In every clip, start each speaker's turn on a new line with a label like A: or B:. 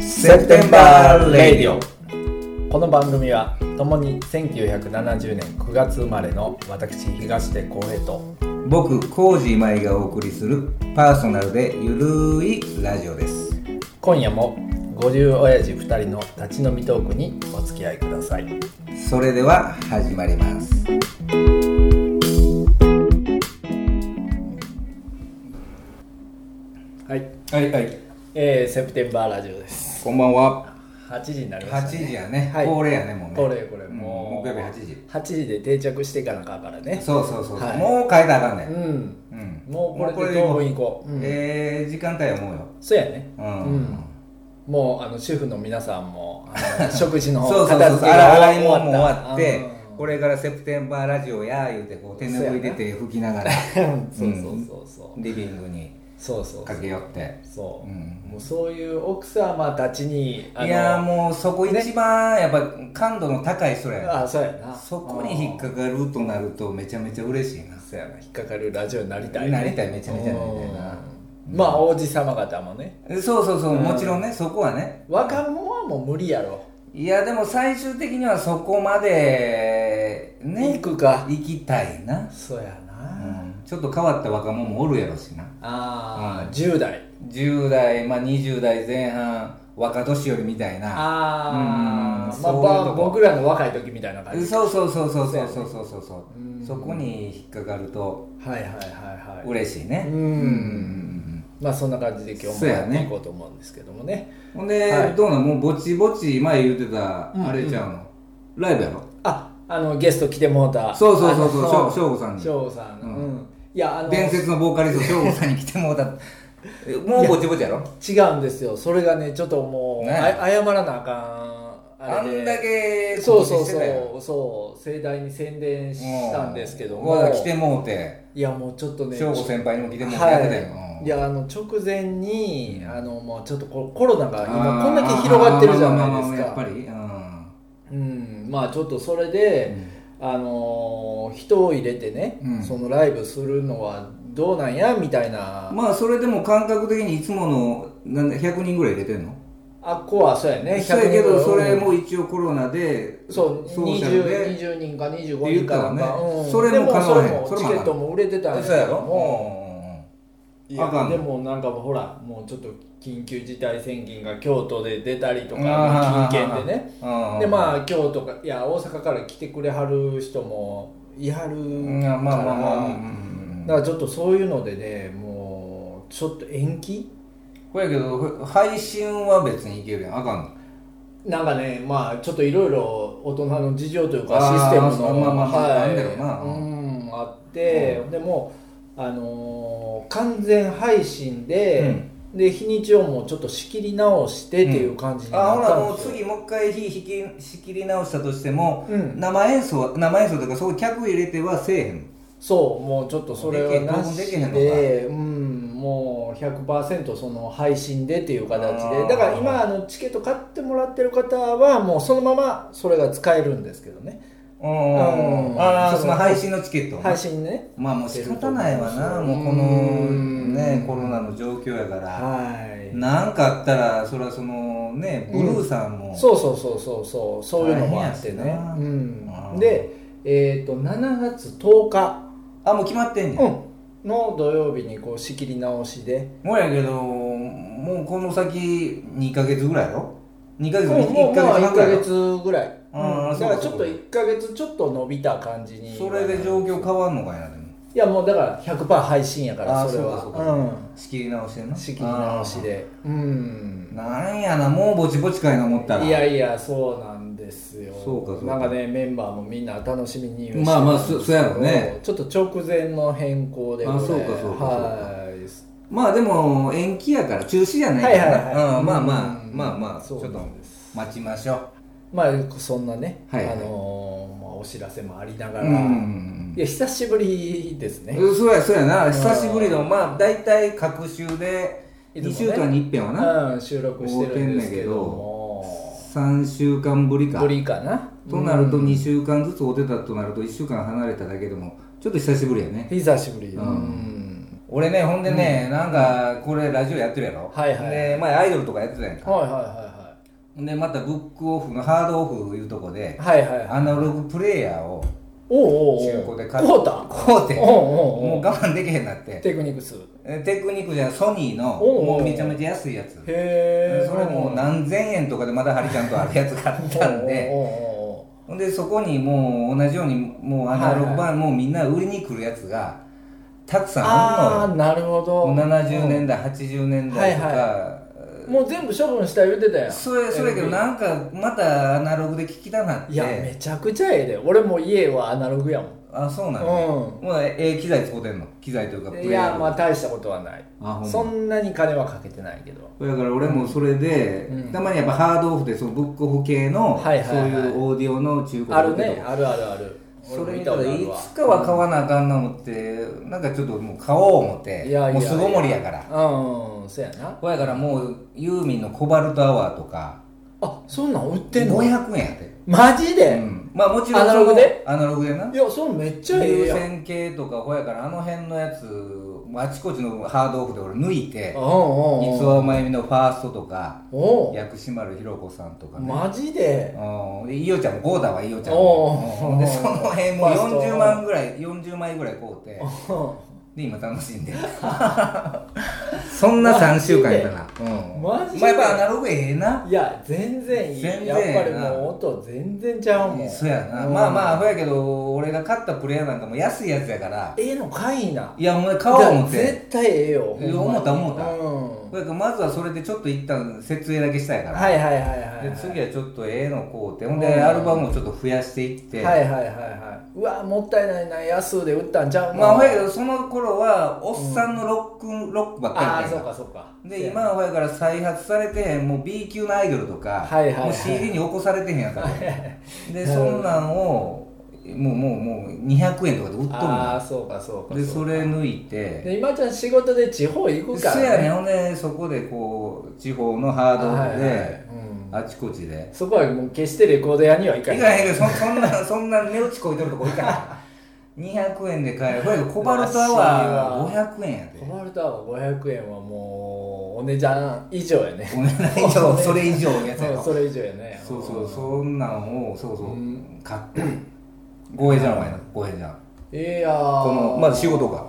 A: セプテンバーレディオ
B: この番組は共に1970年9月生まれの私東出光平と
A: 僕コージー舞がお送りするパーソナルでゆるいラジオです
B: 今夜も50親父2人の立ち飲みトークにお付き合いください
A: それでは始まります
B: はい、
A: はいはい
B: えー、セプテンバーラジオです
A: こんばんは
B: 8時になりま
A: 8
B: した、ね、
A: 時やね、
B: はい
A: 恒例やねもうね
B: これこれ
A: うん
B: もう
A: 木曜日8時
B: 8時で定着していかなあかんからね
A: そうそうそう、
B: はい
A: もう変えたらあかんね、
B: うんん
A: うん
B: もうこれで
A: も
B: 当分行こううん
A: ええ時間帯はもうよ
B: そうやね
A: うん、
B: もうあの主婦の皆さんもあの食事の方
A: そうそうそう洗い物も終わって
B: うん
A: これからセプテンバーラジオや言うてこう手拭い出て拭きながら
B: そうそうそうそう、
A: リビングに
B: そうそう
A: 駆け寄って
B: そう、
A: うん
B: もうそういう奥様たちに
A: いやー
B: う
A: もうそこ一番やっぱ感度の高い人や
B: あそうやな
A: そこに引っかかるとなるとめちゃめちゃ嬉しいな
B: うんそうやな引っかかるラジオになりたい、
A: なりたいめちゃめちゃなりたいな
B: うんまあ王子様方もね
A: えそうそうそうもちろんねそこはね
B: 若者はもう無理やろ、
A: いやでも最終的にはそこまでね
B: 行くか
A: 行きたいな、
B: そうや
A: う
B: な、
A: ん、ちょっと変わった若者もおるやろしな
B: ああ、
A: うん
B: 10代
A: 10代、まあ、20代前半若年寄りみたいな
B: ああ、
A: うん
B: まあ
A: そういうとこ
B: ば僕らの若い時みたいな感じ
A: そうそうそうそうそうそうそうそうそ
B: うん
A: こに引っかかると
B: はいはいはいはい
A: 嬉しいね
B: うん
A: うん
B: まあそんな感じで今日
A: そ
B: も
A: う
B: や
A: や
B: っ
A: ね
B: ていこうと思うんですけどもね
A: ほんで、
B: はい
A: どうなんもうぼちぼち前言うてた、
B: うん
A: あれちゃうのライブやろ
B: ああのゲスト来てもうた
A: そうそうそうそう
B: あの
A: しょうしょうごさんに
B: しょうごさん
A: う
B: うんん、いやあの
A: 伝説のボーカリスト省吾さんに来てもうたえもうぼちぼちやろ
B: 違うんですよそれがねちょっともう、
A: ね
B: あ謝らなあかん
A: あ
B: あれで
A: んだけ
B: そうそう
A: 告知してたやん
B: そうそう盛大に宣伝したんですけど
A: う
B: も
A: わ来てもうて
B: いやもうちょっとね
A: 省吾先輩にも来てもうてやってたよ、
B: は
A: うん
B: い、いやあの直前に、
A: うん
B: あのもうちょっとこコロナが今
A: あー
B: こんだけ広がってるじゃないです
A: やっぱ
B: か
A: りうん
B: うんまあちょっとそれで、あのー人を入れてね、
A: うん
B: そのライブするのはどうなんやみたいな、
A: まあそれでも感覚的にいつものなんだ100人ぐらい入れてんの
B: あっこはそうやね
A: そうやけ
B: 100人ぐ
A: ど
B: らい
A: それも一応コロナで
B: そう
A: ソーシャル
B: 20,
A: で
B: 20人か25人かなん
A: って言っ
B: か、
A: たわね
B: うん
A: それも
B: でも
A: 叶
B: そ
A: わへん
B: れも
A: それ
B: チ
A: も
B: ケットも売れてたん
A: そうやろ
B: も
A: うん
B: い
A: あか
B: や
A: ん
B: で
A: の
B: もなんかほらもうちょっと緊急事態宣言が京都で出たりとか
A: あー
B: 近県でね
A: うん
B: でまあ京都かいや大阪から来てくれはる人もいはるから、
A: うんまあまあまあうんうんう
B: だ
A: ん
B: からちょっとそういうのでねもうちょっと延期
A: これやけど配信は別にいけるやんあかんの
B: なんかねまあちょっといろいろ大人の事情というか
A: あー
B: システムの
A: まあまあまあ
B: は
A: あ
B: い
A: んだろうな
B: うんあって、でもあのー完全配信で、で日にちをもうちょっと仕切り直してっていう感じに
A: あ
B: な
A: ほ
B: っ
A: ら
B: たん
A: もう
B: ですよ、
A: 次もう一回火引き仕切り直したとしても
B: うん
A: 生演奏は生演奏とかそう客入れてはせえへん
B: そうもうちょっとそれはなし
A: できへんのか
B: で、うん、もう100%その配信でっていう形
A: あー
B: でだから今あのチケット買ってもらってる方はもうそのままそれが使えるんですけどね
A: うんうんうんああその配信のチケット
B: 配信ね
A: まあもう仕方ないわなもうこ
B: う
A: の
B: ん
A: ねコロナの状況やから
B: はい
A: なんかあったらそれはそのねブルーさんも
B: そうそうそうそうそうそういうのもあって
A: 大変
B: ね
A: やしな
B: うん
A: うん
B: でえっ、と7月10日、
A: あもう決まってんねん
B: うん、の土曜日にこう仕切り直しで
A: もうやけどもうこの先2ヶ月ぐらいやろ2ヶ
B: うん
A: 月
B: もう
A: 1ヶ
B: まあ
A: 月
B: 1
A: 半ぐら
B: ヶ
A: いやろ
B: 月ぐらい、
A: あー
B: うん
A: そ
B: だか
A: うから
B: ちょっと1ヶ月ちょっと伸びた感じに
A: それで状況変わんのかいなでも
B: いやもうだから100%配信やから
A: あー
B: それは
A: そうかそうか仕切り直してん
B: うん
A: の
B: 仕切り直しでうん
A: あーなんやなもうぼちぼちかいな思ったら
B: いやいやそうなんですよ
A: そうかそう
B: な
A: か
B: んかねメンバーもみんな楽しみにはして
A: まあまあそそうやろうね
B: ちょっと直前の変更でこれ
A: あそうかそうかそうか
B: はい
A: まあでも延期やから中止じゃないから
B: はいはいはい
A: うんまあまあ
B: うん
A: まあまあちょ
B: そ
A: っ
B: うな
A: と
B: ん
A: 待ちましょう
B: まあそんなね、
A: はいはい
B: あのーまあ、お知らせもありなが
A: う
B: ら、
A: んうん
B: いや久しぶりですね、
A: うんそうやそうやな
B: うん
A: 久しぶりのまあ大体各週で
B: いつも
A: 2
B: ね
A: 週間に1遍はな
B: うん、収録してるんですけども
A: 3週間ぶりか
B: ぶりかな
A: となると
B: うん
A: 2週間ずつおてたとなると1週間離れただけでもちょっと久しぶりやね
B: 久しぶり
A: うん
B: うん
A: 俺ねほんでねなんかこれラジオやってるやろ
B: はいはい
A: で前アイドルとかやってたやんか
B: はいはいはいは
A: でまたブックオフのハードオフいうとこで
B: はいはいはい
A: アナログプレイヤーを
B: おうおうおう
A: 中古で買
B: 買うた
A: こうて
B: おう
A: も
B: おうお
A: う
B: う
A: 我慢できへんなって
B: テクニクスへ
A: えテクニックじゃソニーの
B: おう
A: もうめちゃめちゃ安いやつ
B: え
A: それもう何千円とかでまだハリちゃんとあるやつ買ったん で
B: おうおうおう
A: ほんでそこにもう同じようにもうアナログ
B: はい
A: 版もうみんな売りに来るやつがたくさん
B: あ
A: あ
B: あ
A: るのよ
B: なるほど
A: 70年代80年代と
B: はい
A: か
B: うんもう全部処分した言うてたやん
A: それそれやけど
B: LP
A: なんかまたアナログで聞きたなっ
B: いやめ
A: て
B: ちゃくちゃええで俺も家はアナログやもん
A: あそうなんや
B: う
A: もうええ機材使うてんの機材というかプレイ
B: い
A: ヤ
B: や
A: ー
B: まあ大したことはない
A: あほんま
B: そんなに金はかけてないけど
A: だから俺もそれで、
B: うん
A: たまにやっぱハードオフでそのブックオフ系の、
B: はいはいはい
A: そういうオーディオの中古
B: ある
A: 売って
B: ね
A: とか
B: あるあるある
A: そ
B: 俺
A: れ
B: も
A: 見
B: 見
A: た
B: たこ
A: ら
B: とあ
A: い
B: るわ
A: つかは買わなあかんな思って、なんかちょっともう買おう思って
B: いやいや
A: もう巣ごもりやから
B: うんそうやな
A: これやからもうユーミンの「コバルトアワー」とか
B: あそんなん売ってんの
A: 500円やって、
B: マジ
A: う
B: で、
A: ん、まあもちろん
B: アナログで
A: アナログでない
B: やそんなんめっちゃええ
A: 優
B: やん
A: 先系とかほやからあの辺のやつもうあちこちのハードオフで俺抜いて
B: うんうんうん
A: 逸話まゆみの「ファースト」とか
B: おう
A: 薬師丸ひろ子さんとかね
B: マジで
A: うんでイオちゃんもゴーダはイオちゃん
B: お
A: も
B: ー
A: でその辺も
B: ファースト
A: 40万ぐらい40枚ぐらい買うて
B: う
A: で今楽しんでる そんな3週間やったなうん
B: マジで
A: まあやっぱアナログええなん
B: いや全然いい
A: 全然
B: や
A: ええな
B: っぱりもう音全然ちゃうもん
A: そうやな
B: うん
A: まあまあほやけど俺が買ったプレイヤーなんかも安いやつやから
B: ええのかいない
A: やお前買おう思っ
B: いや
A: て
B: 絶対ええよ
A: いや思った思った
B: うん
A: ほやからまずはそれでちょっと一旦設営だけしたやから
B: はいはいはいはい
A: で次はちょっとええの買うてほん
B: う
A: で
B: ん
A: アルバムをちょっと増やしていって
B: はいはいはいはいうわもったいないな安で売ったんちゃう
A: まあほやけ
B: ど
A: どその頃はおっさんのロックンロックばっかりや
B: あ
A: っ
B: あ
A: た
B: そ
A: や
B: うんかそうか
A: で今はやから再発されてへんもう B 級のアイドルとか、
B: はいはいはい
A: もう CD に起こされてへんやから、で
B: なる
A: そ
B: ほど
A: んなんをもうもうもう200円とかで売っ
B: ああ
A: と
B: そうかそうか
A: るので
B: う
A: そ
B: か
A: れ抜いて
B: で今ちゃん仕事で地方行くか
A: そ
B: ら
A: やねほんでそこでこう地方のハードオフで、
B: はいはいうん
A: あちこちで
B: そこはもう決してレコード屋には行
A: い
B: か
A: か
B: ない
A: へんけどそ そんなそんな値打ちこいてるとこいかない200円で買えるほやけどコバルトアワー500円やで
B: コバルタワー500円はもうお値段以上や ね
A: お値段以上それ以上のやつや
B: う
A: ろ
B: んそれ以上やね
A: そうそ
B: うん、
A: う、そんなんを、そうそううん買って。豪平じゃん、お前な、豪平じゃん。
B: いやー
A: このまあ仕事か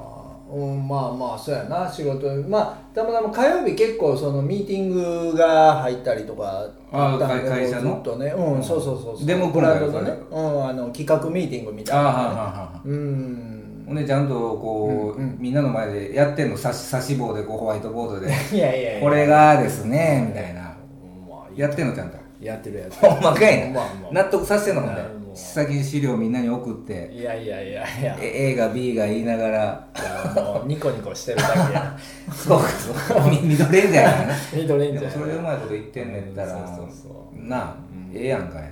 B: うんまあまあそうやな仕事まあたまたま火曜日結構そのミーティングが入ったりとか
A: あー
B: ったんで
A: 会会社の
B: ずっとねうん、そうそうそうそう
A: でも
B: ブランドの
A: 今
B: ね
A: 回は、
B: うん、あの企画ミーティングみたい
A: ああ、
B: な
A: はんはんはんはん。
B: うん
A: ほんで、ちゃんとこう、
B: うんうん
A: みんなの前でやってんの、差し、差し棒で、こう、ホワイトボードで。
B: いやいやいや
A: これがですね、みたいな。
B: まあ
A: やってんの、ちゃんと。
B: やってる やつ
A: ほんまかいな
B: まあま。あ
A: 納得させてんの、ほん
B: なるほ
A: で。
B: ど
A: 先に資料みんなに送って、
B: いやいやいやいや
A: え A が B が言いながら、
B: いやもうニコニコしてるだけ や
A: そうか、そうか、み 緑レンジャーやな。
B: ミドレンジ
A: で
B: ャ
A: も
B: ー
A: それでうまいこと言ってんねんったら、
B: そうそうそう
A: なあ、
B: うん
A: ええやんかいな、
B: うん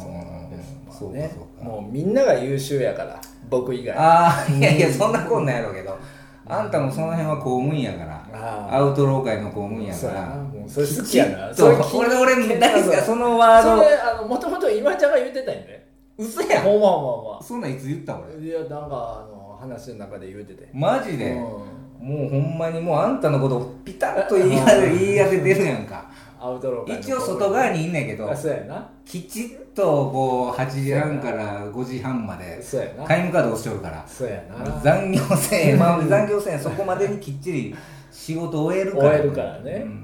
B: そうなんですまあ
A: そうか
B: ね
A: そうか
B: もうみんなが優秀やから僕以外
A: ああいやいやそんなこんなんやろうけどあんたもその辺は公務員やから
B: あー
A: アウトロー界の公務員や
B: そ
A: か
B: うやな
A: ら
B: もうそれ好きやな
A: そう
B: それ
A: 俺俺大好きやそのワー
B: そ
A: ド
B: れあのもともと今ちゃんが言ってたんやで
A: 嘘やん
B: ほんまほんまほ
A: そんなんいつ言った俺
B: んまいやなんかあの話の中で言うてて
A: マジで、
B: うん
A: もうほんまにもうあんたのことをピタッと言い当て
B: うん
A: 言い当ててるやんか
B: アウトロー界の
A: 一応外側にいんねんけど
B: あそうやな
A: きちっとこう8時半から5時半まで
B: そうやな
A: タイムカード押しとるから
B: そうやな
A: 残業 せえ、まあ、残業せえそこまでにきっちり仕事終えるから
B: 終えるからねう
A: う
B: んん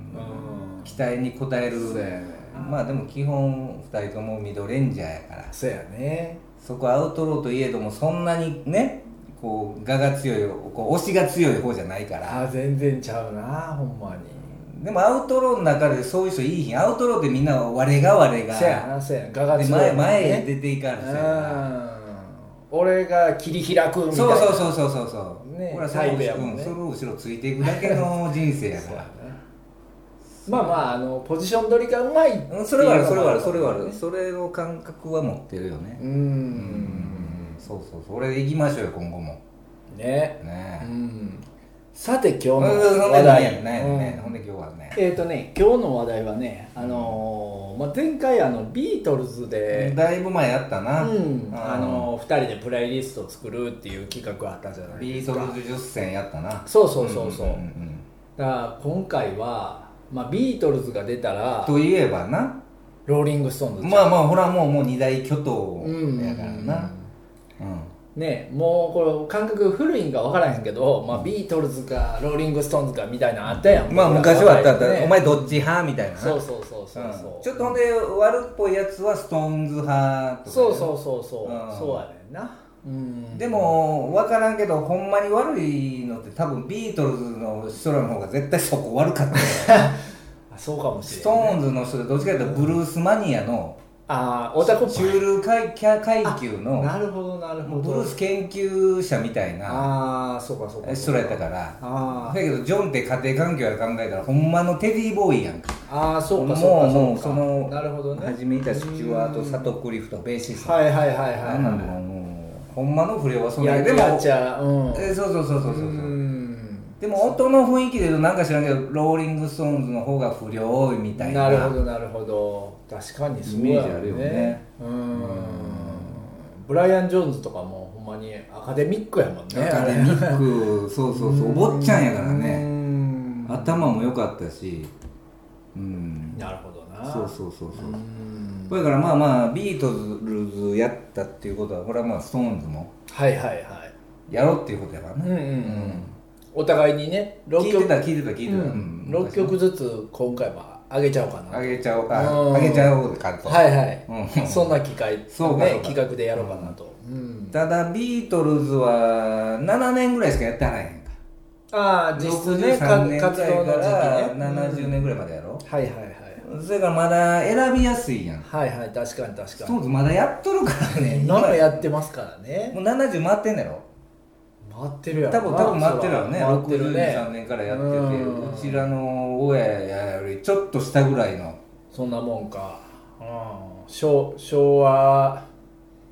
A: 期待に応える
B: そうやね
A: まあでも基本2人ともミドレンジャーやから
B: そうやね
A: そこアウトローといえどもそんなにねこう我が強いこう推しが強い方じゃないから
B: あ全然ちゃうなほんまに
A: でもアウトローの中でそういう人いいひんアウトローってみんな我が我
B: そうや
A: が
B: なそうやなガガ
A: で
B: ツや
A: 前
B: な
A: 前へ
B: ね
A: 出ていか
B: う
A: る
B: ん
A: 人やから
B: 俺が切り開くみたいな
A: そうそうそうそうそうそう、
B: ね
A: 俺はその
B: タイプやもんね
A: うんその後ろついていくだけの人生 や
B: そ
A: か
B: うや
A: ら
B: ねまあまああのポジション取りがうまいっていううん
A: それはあるそれはある
B: の
A: それ
B: もか
A: はあ
B: ら
A: る
B: ね
A: それの感覚は持ってるよね
B: う
A: うん
B: ん
A: そうそうそう俺で行きましょうよ今後も
B: ねう
A: ね
B: んさて今日
A: え
B: の
A: うんほん
B: 話
A: で何
B: 題
A: やねんね
B: うん
A: ほんで今日はね
B: えっとね今日の話題はねあのーまあ前回あのビートルズで
A: だいぶ前やったな
B: うん、
A: あ
B: あ
A: の
B: の2人でプレイリストを作るっていう企画あったじゃない
A: ビ
B: で
A: ー
B: す
A: ト
B: か
A: ルズ10選やったな
B: そうそうそうそう,、
A: んんん
B: だから今回は、まあ、ビートルズが出た
A: うん
B: ら
A: といえばな
B: ローリング・ストーンズ
A: まあまあほらもうもう二大巨頭
B: うん
A: やからなうん
B: ねもうこれ感覚古いんか分からへんけど、まあ、ビートルズかローリング・ストーンズかみたいなのあったやん
A: まあ昔はあったあった、
B: ね
A: お前どっち派みたいなな
B: そうそうそうそうそう、
A: うんちょっとほんで悪っぽいやつはストーンズ派とかね
B: そうそうそうそう、
A: うん
B: そうやねんなうん
A: でも分からんけどほんまに悪いのって多分ビートルズの人らの方が絶対そこ 悪かったよ
B: あそうかもし
A: ス
B: れ
A: ト
B: ない、
A: ーンズの人でどっちかというとブルースマニアの
B: ああオタコ
A: 中流階階級の
B: なるほどなるほ
A: ブル
B: ど
A: ース研究者みたいな
B: ああそうかそうか
A: 人らやったから
B: あ
A: だ
B: ー
A: けどジョンって家庭環境やら考えたらほんまのテディボーイやんか
B: あーそう
A: も
B: かそうか
A: もう
B: か
A: その
B: なるほどね
A: 初めいたスチュワート・サトクリフトベーシスト
B: はいはいはいはい
A: あんなんでもうほんまの不良はそん
B: や
A: だ
B: っ
A: けでも
B: やっちゃううん
A: えそうそうそうそうそう
B: う
A: そうんでも音の雰囲気で言うとなんか知らんけどローリング・ストーンズの方が不良多いみたいな
B: なるほどなるほど確かにそう
A: イメ
B: や
A: ージあるよね
B: うんブライアン・ジョーンズとかもほんまにアカデミックやもんね
A: アカデミックそうそうそうお坊ちゃんやからね
B: ね
A: 頭も良かったしうん
B: なるほどな
A: そうそうそうそううんだからまあまあビートルズやったっていうことはこれはまあストーンズも
B: はいはいはい
A: やろうっていうことやから
B: うんうん
A: ね
B: うんお互いにね
A: 聞い
B: 6
A: てた
B: 曲
A: 聞いてた聞いてたうん
B: 6曲ずつ今回は上げちゃおうかな
A: あげちゃおうか
B: うん
A: あげちゃおうかと
B: はいはい、
A: うん
B: そんな機会、ね、
A: そうかそうか
B: 企画でやろうかなと、うん
A: ただビートルズは7年ぐらいしかやってはらへんか
B: ああ実質ねか
A: 63年
B: 活
A: ぐら
B: 動
A: いか
B: の時期ね
A: ら70年ぐらいまでやろ、
B: はいはいはい
A: それからまだ選びやすいやん
B: はいはい確かに確
A: ス
B: か
A: トーンズまだやっとるからね
B: に何かやってますからね
A: もう70回ってんだろ
B: 回ってるやろ
A: 多分多分回ってるよね
B: 回ってるね
A: 63年からやってて
B: うん
A: うちらの親やよりちょっと下ぐらいの
B: そんなもんか、うん、昭昭和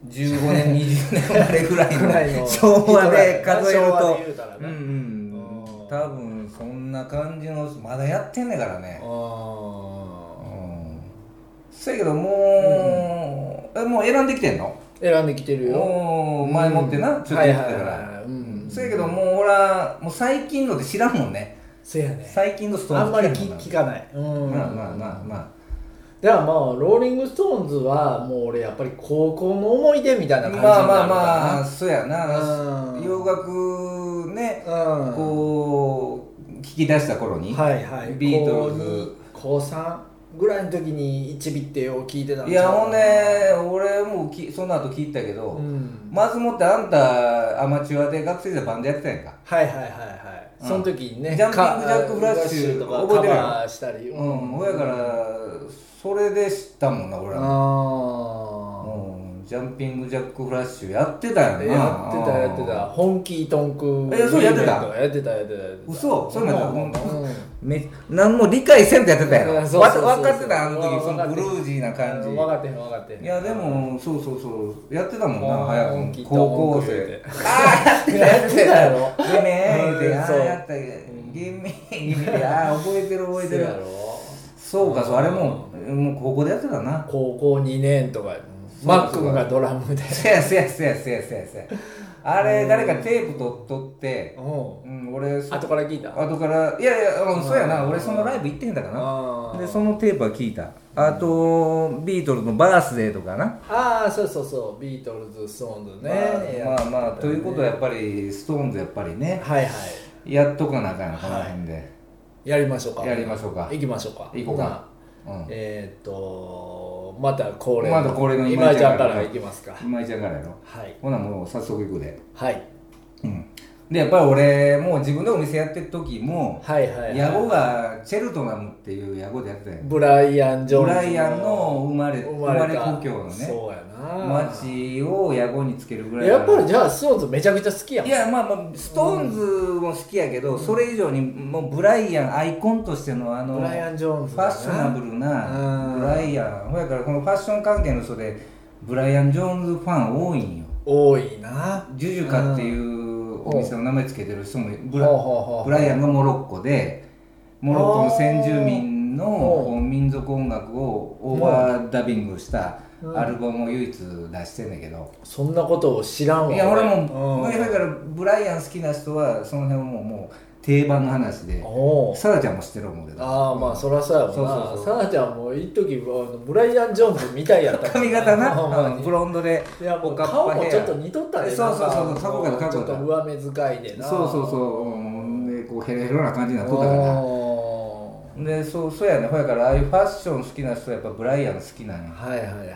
A: 15年20年 までぐら
B: ぐらい
A: い
B: の
A: の昭和で数える
B: 昭和
A: と
B: で言うたら
A: う
B: ね
A: んうん
B: うん
A: 多分そんな感じのまだやってんねんからね
B: あ
A: うんそやけどもう、えもう選んできてんの
B: ー選んできてるよ
A: もう前もってな、ちょっと
B: はい
A: や
B: は
A: って
B: い
A: たから、
B: はいうん
A: そやけどもうほらもう最近ので知らんもんね
B: せやね
A: 最近のストーン
B: あんまり
A: 知
B: 聞
A: らんもんな
B: 聞かないうん
A: まあまあまあまあ
B: だからまあローリング・ストーンズはもう俺やっぱり高校の思い出みたいな感じになる
A: まあまあまあ
B: か
A: そうやな
B: うん
A: 洋楽ね
B: らうん
A: こう聞き出した頃に、
B: はいはい
A: ビートルズ
B: 高2高3ぐらいの時に「一ビってよ」を聞いてたん
A: い
B: ちゃ
A: や
B: う
A: ほんで俺もきその後聞いたけど、
B: うん
A: まずもってあんたアマチュアで学生時代バンドやってたやんか
B: はいはいはいはい、
A: うん
B: その時にね
A: ジャンピング
B: か
A: ジャックフラッシュ
B: フラとか
A: 覚え
B: カ
A: てる
B: バーしたり
A: うん、親からそれで知ったもんな俺は、
B: あ
A: うん、ジャンピングジャックフラッシュやってたよ
B: あ
A: な
B: やってたやってた本気トンク
A: えそうやってた
B: やってたやってたやってた
A: 嘘それまでほんま
B: うん
A: め何も理解せんとやってたやろ
B: うん そうそうそう
A: わ分かってたあの時
B: わ
A: その
B: 分かって
A: ブ
B: た
A: ルージーな感じ
B: 分かってへん分かってへん
A: いやでもそうそうそうやってたもん
B: あ
A: な
B: ー
A: 早
B: 聞いた
A: く高校
B: 文句言う
A: 生
B: て
A: ああ
B: やってたやろ
A: ゲメーって
B: うん
A: ああ
B: そう
A: やったゲメゲメでああ覚えてる覚えて
B: そうや
A: る
B: ろ
A: そうかそうあれももう高校でやってたな
B: 高校2年とか
A: そう
B: マックンがドラムで
A: せやせやせやせやせやせやあれ誰かテープ取っとって
B: うん
A: うん俺そ
B: 後から聞いた
A: 後からいやいやうんそうやな
B: うん
A: 俺そのライブ行ってへんだから
B: あ
A: な
B: ー
A: でそのテープは聞いたあとビートルズのバースデーとかな
B: あーそうそうそうビートルズストーンズね
A: まあまあまあ
B: やってた
A: と
B: ね
A: いうことはやっぱりストーンズやっぱりね
B: はいはい
A: やっとかなあかんなこの辺で
B: やりましょうか
A: やりましょうか
B: 行きましょうか
A: 行こう
B: な
A: かうん
B: えーっとまた恒例の
A: また恒例の
B: 今
A: 今
B: 井
A: 井
B: ち
A: ち
B: ゃ
A: ゃ
B: ん
A: ん
B: か
A: から
B: ら行きますか
A: 今井ちゃんからやろ
B: はい
A: ほなもう早速行くで
B: はい
A: うんでやっぱり俺もう自分でお店やってる時も
B: はいはいはい
A: 野号がチェルトナムっていう野号でやってたんや
B: ブライアン・ジョーン
A: ブ
B: ズ
A: ライアンの生まれ
B: 生
A: 生
B: ま
A: ま
B: れた
A: れ故郷のね
B: そうやな
A: 町を野号につけるぐらいだ
B: や
A: か
B: っ
A: ら
B: ぱりじゃあストーンズめちゃくちゃ好きやん
A: いやまあまあストーンズも好きやけど、それ以上にもうブライアンアイコンとしてのあの
B: ブライアン・ジョーンズ
A: ファッショナブルな
B: うん
A: ブライアンほやからこのファッション関係の人でブライアン・ジョーンズファン多いんよ
B: 多いな
A: ジュジュカっていうお店の名前つけてる人もブラ
B: ほうほうほう
A: ブライアンがモロッコでモロッコの先住民
B: ほ
A: の民族音楽をオーバーダビングした
B: うん
A: アルバムを唯一出してんだけど、
B: そんなことを知らんわ
A: いや俺
B: う
A: も、
B: ん
A: だからブライアン好きな人はその辺はもうもう定番の話で
B: おう
A: サラちゃんも知ってる思うけど
B: ああまあそらそうやもん
A: そうそうそ
B: な
A: う
B: さらちゃんも一時あのブライアン・ジョーンズみたいやったもん
A: 髪 型な、
B: ほんまに
A: うんブロンドで
B: いやもう
A: おかっぱ
B: 顔も
A: ヘア
B: ちょっと似とったで
A: そうそうそう
B: なん
A: 過去から過去
B: ちょっと
A: から
B: 上目遣いでな
A: そうそうそう、うん、でこうヘロヘロな感じになっとったから
B: おー
A: でそうそうやねほやからああいうファッション好きな人はやっぱブライアン好きなんや
B: はいはいはいはい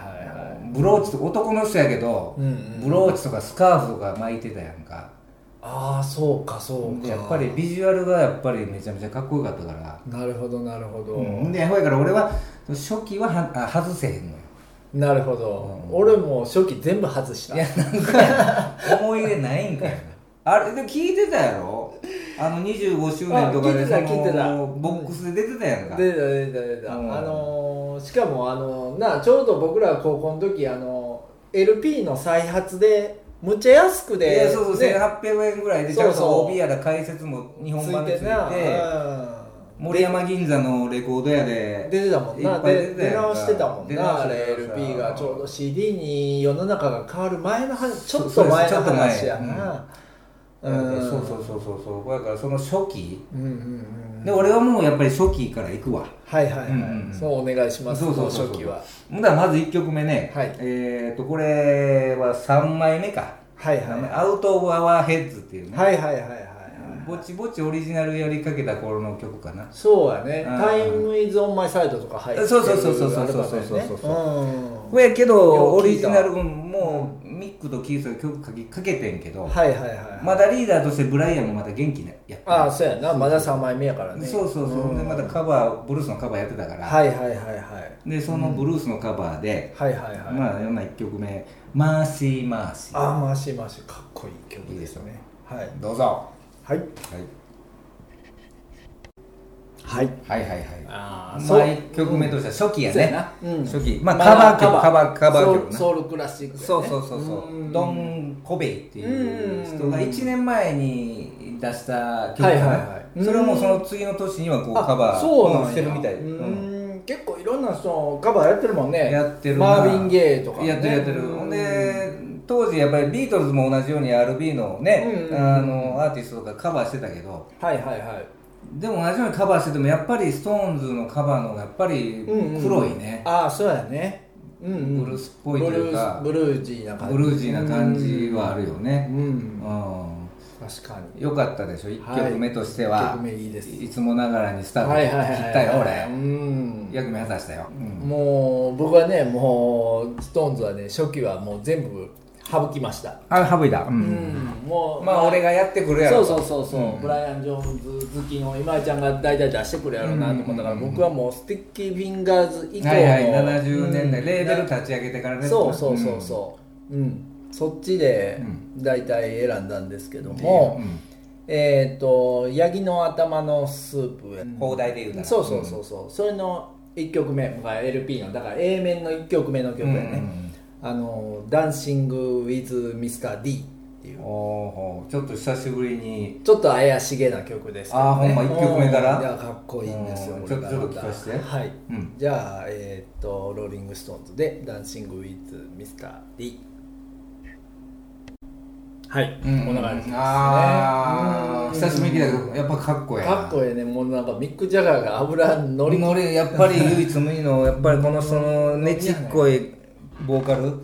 A: ブローチと男の人やけど、
B: うんうん
A: ブローチとかスカーフとか巻いてたやんか
B: ああそうかそうか
A: やっぱりビジュアルがやっぱりめちゃめちゃかっこよかったから、
B: なるほどなるほど、
A: うん、でほやから俺は初期ははあ外せへんのよ
B: なるほど、俺も初期全部外した
A: いやなんか思い入れないんかよあれでも聞いてたやろあの25周年とかで
B: あ聞いて
A: そ
B: た
A: の
B: 聞いてた
A: ボックスで出てたやん か
B: 出た出た出た、
A: うん
B: あのーしかもあのーなちょうど僕ら高校の時あのー LP の再発でむっちゃ安く
A: い
B: で
A: やそうそう、
B: ね
A: 1800円ぐらいでち
B: そう
A: ゃ
B: そうん
A: と帯やら解説も日本版でついて
B: なうん
A: 森山銀座のレコード屋で
B: 出てたもん
A: い
B: な
A: っぱい
B: で
A: 出てたやんか
B: 出直してたもん
A: 出
B: な
A: 直
B: あ
A: してた
B: れ
A: 出直してた
B: LP がちょうど CD に世の中が変わる前の話ちょっ
A: そ
B: と
A: うそう
B: 前
A: ちょ
B: の
A: っと前
B: 話やな
A: うんそうそうそうそうそうだからその初期
B: うんうんうん
A: で俺はもうやっぱり初期から行くわ
B: はいはいはい、
A: うんうん
B: そうお願いします
A: そうそうそうそう
B: 初期は
A: ほんだらまず1曲目ね、
B: はい
A: えっ、とこれは3枚目か、
B: はいはいはい
A: アウト・オブ・アワー・ヘッズっていうね、
B: はいはいはいはい
A: ぼちぼちオリジナルやりかけた頃の曲かな
B: そうやね「
A: うん
B: タイムイズオンマイサイドとか入ってる
A: そうそうそうそうそうそう
B: アル
A: そう
B: バムやね
A: そうそう
B: うん
A: これやけど
B: よ
A: オ
B: う聞
A: リ
B: いた
A: ジナルうんもうミックとキースが曲書きかけてんけど、
B: はいはいはい
A: まだリーダーとしてブライアンもまだ元気なやっ
B: あ
A: ぱ
B: あそうやなまだ3枚目やからね
A: そうそうそう、
B: ん
A: でまだカバーブルースのカバーやってたから、
B: はいはいはいはい
A: でそのブルースのカバーで、
B: はいはいはい、
A: まあまあ1曲目「マーシーマーシー
B: あーマシマシかっこいい曲ですねはい」
A: どうぞ、
B: はいはい
A: はい、はいはいはい
B: あ
A: ま
B: そう
A: あ1曲目としては初期やね、
B: うん
A: 初期まあカバー曲カバーカバー曲な
B: ソウルクラシックやね
A: そうそうそうそう、
B: ん
A: ドン・コベイっていう人
B: う
A: が
B: ん
A: 1年前に出した曲かな、
B: はいはいはい
A: それをもうその次の年にはこう
B: あ
A: カバー
B: そうなんや
A: してるみたい、
B: う
A: うん
B: ん結構いろんな人のカバーやってるもんね
A: やってるな
B: マーヴィン・ゲイとかね
A: やってるやってる
B: うん
A: ほんで当時やっぱりビートルズも同じように RB のね、
B: うん
A: あのアーティストとかカバーしてたけど
B: はいはいはい
A: でも同じようにカバーしててもやっぱり SixTONES のカバーの方がやっぱり黒いね、
B: ああそうやねうんうん
A: ブルースっぽいというか
B: ブルースブルージーな感じ
A: ブルージーな感じはあるよ
B: う
A: ね
B: ん
A: うん
B: 確かに
A: よかったでしょ1
B: はい
A: 曲目として
B: 一
A: は、
B: 曲目いいです
A: いつもながらにスタート
B: はい
A: 切
B: はいはいはい
A: ったよ
B: う
A: 俺
B: ん
A: 役目果たしたよ、うん
B: もう僕はねもう SixTONES はね初期はもう全部省きました
A: あ省いだ、うん
B: うんもう
A: まあ俺がやってくるや
B: そう
A: ろ
B: そうそうそう、
A: ん
B: ブライアン・ジョーンズ好きの今井ちゃんが大体出してくるやろうなと思ったから、
A: うんうんうん
B: 僕はもうスティッキーフィンガーズ以降の、
A: はいはい70年代、
B: うん
A: レーベル立ち上げてからね
B: そうそうそうそううん、そっちで大体選んだんですけど
A: うん
B: も、
A: うん
B: えっ、とヤギの頭のスープ、
A: 放題で言うたら
B: そうそうそうそうそれの1曲目僕は LP のだから A 面の1曲目の曲やね、
A: うんうんうん
B: あの「ダンシング・ウィズ・ミスター・ D」っていう
A: おーちょっと久しぶりに
B: ちょっと怪しげな曲ですけど
A: あーほんま一曲目から
B: うんいやかっこいいんですよ
A: うん
B: これが
A: ちょっとちょっと聞かせて
B: はい、
A: うん
B: じゃあえーっと「ローリング・ストーンズ」で「ダンシング・ウィズ・ミスター・ D」はい、
A: うん
B: こんな感じですね
A: あ
B: うん
A: あ久しぶりに聞いたけどやっぱかっこええな
B: かっこええねもうなんかミック・ジャガーが油乗り
A: ノリやっぱり唯一無二のやっぱりこのそのねちっこいボーカル
B: うん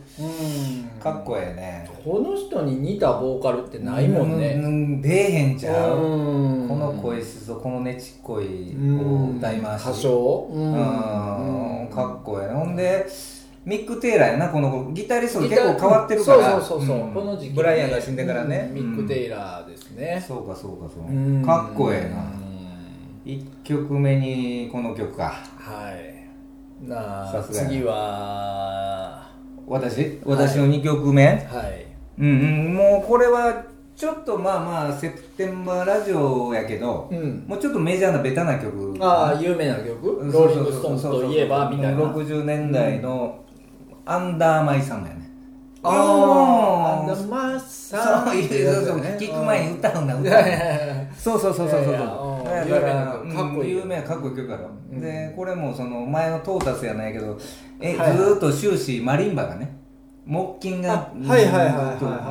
A: かっこええね
B: この人に似たボーカルってないもん
A: う
B: ね
A: ん出えへんちゃう
B: うん
A: この声質とこのねちっこい
B: うん
A: 歌い回し
B: 歌唱う
A: うんん
B: うん
A: かっこええほんでミック・テイラーやなこの子ギタリスト
B: ギ
A: 結
B: ター
A: 構変わってるから
B: そうそうそうそう、この時期ね
A: ブライアンが死んでからね
B: うんミック・テ
A: イ
B: イラーですね、
A: そうかそうかそう
B: うん
A: かっこええ
B: う
A: なん1曲目にこの曲か
B: はいなあ
A: さすがやな
B: 次は
A: 私私の2曲目
B: はい
A: うんうんもうこれはちょっとまあまあセプテンバーラジオやけど
B: うん
A: もうちょっとメジャーなベタな曲
B: ああ有名な曲「ローリング・ストーンズ」といえばみたいな
A: 60年代の「アンダーマイサム」やねあ
B: あ
A: ー
B: あまあさ
A: そういうそうそう聞く前に歌うんだ歌うん
B: いや
A: だ
B: いやいや
A: そうそうそうそうそ
B: い
A: う
B: やいや
A: そう
B: うん
A: だから
B: 有名なかっこいい
A: うん有名なかっこいい曲から、
B: ん
A: でこれもその前のトータスやないけどえ、
B: はい
A: ずーっと終始マリンバがね木琴が
B: あはいはいはいはい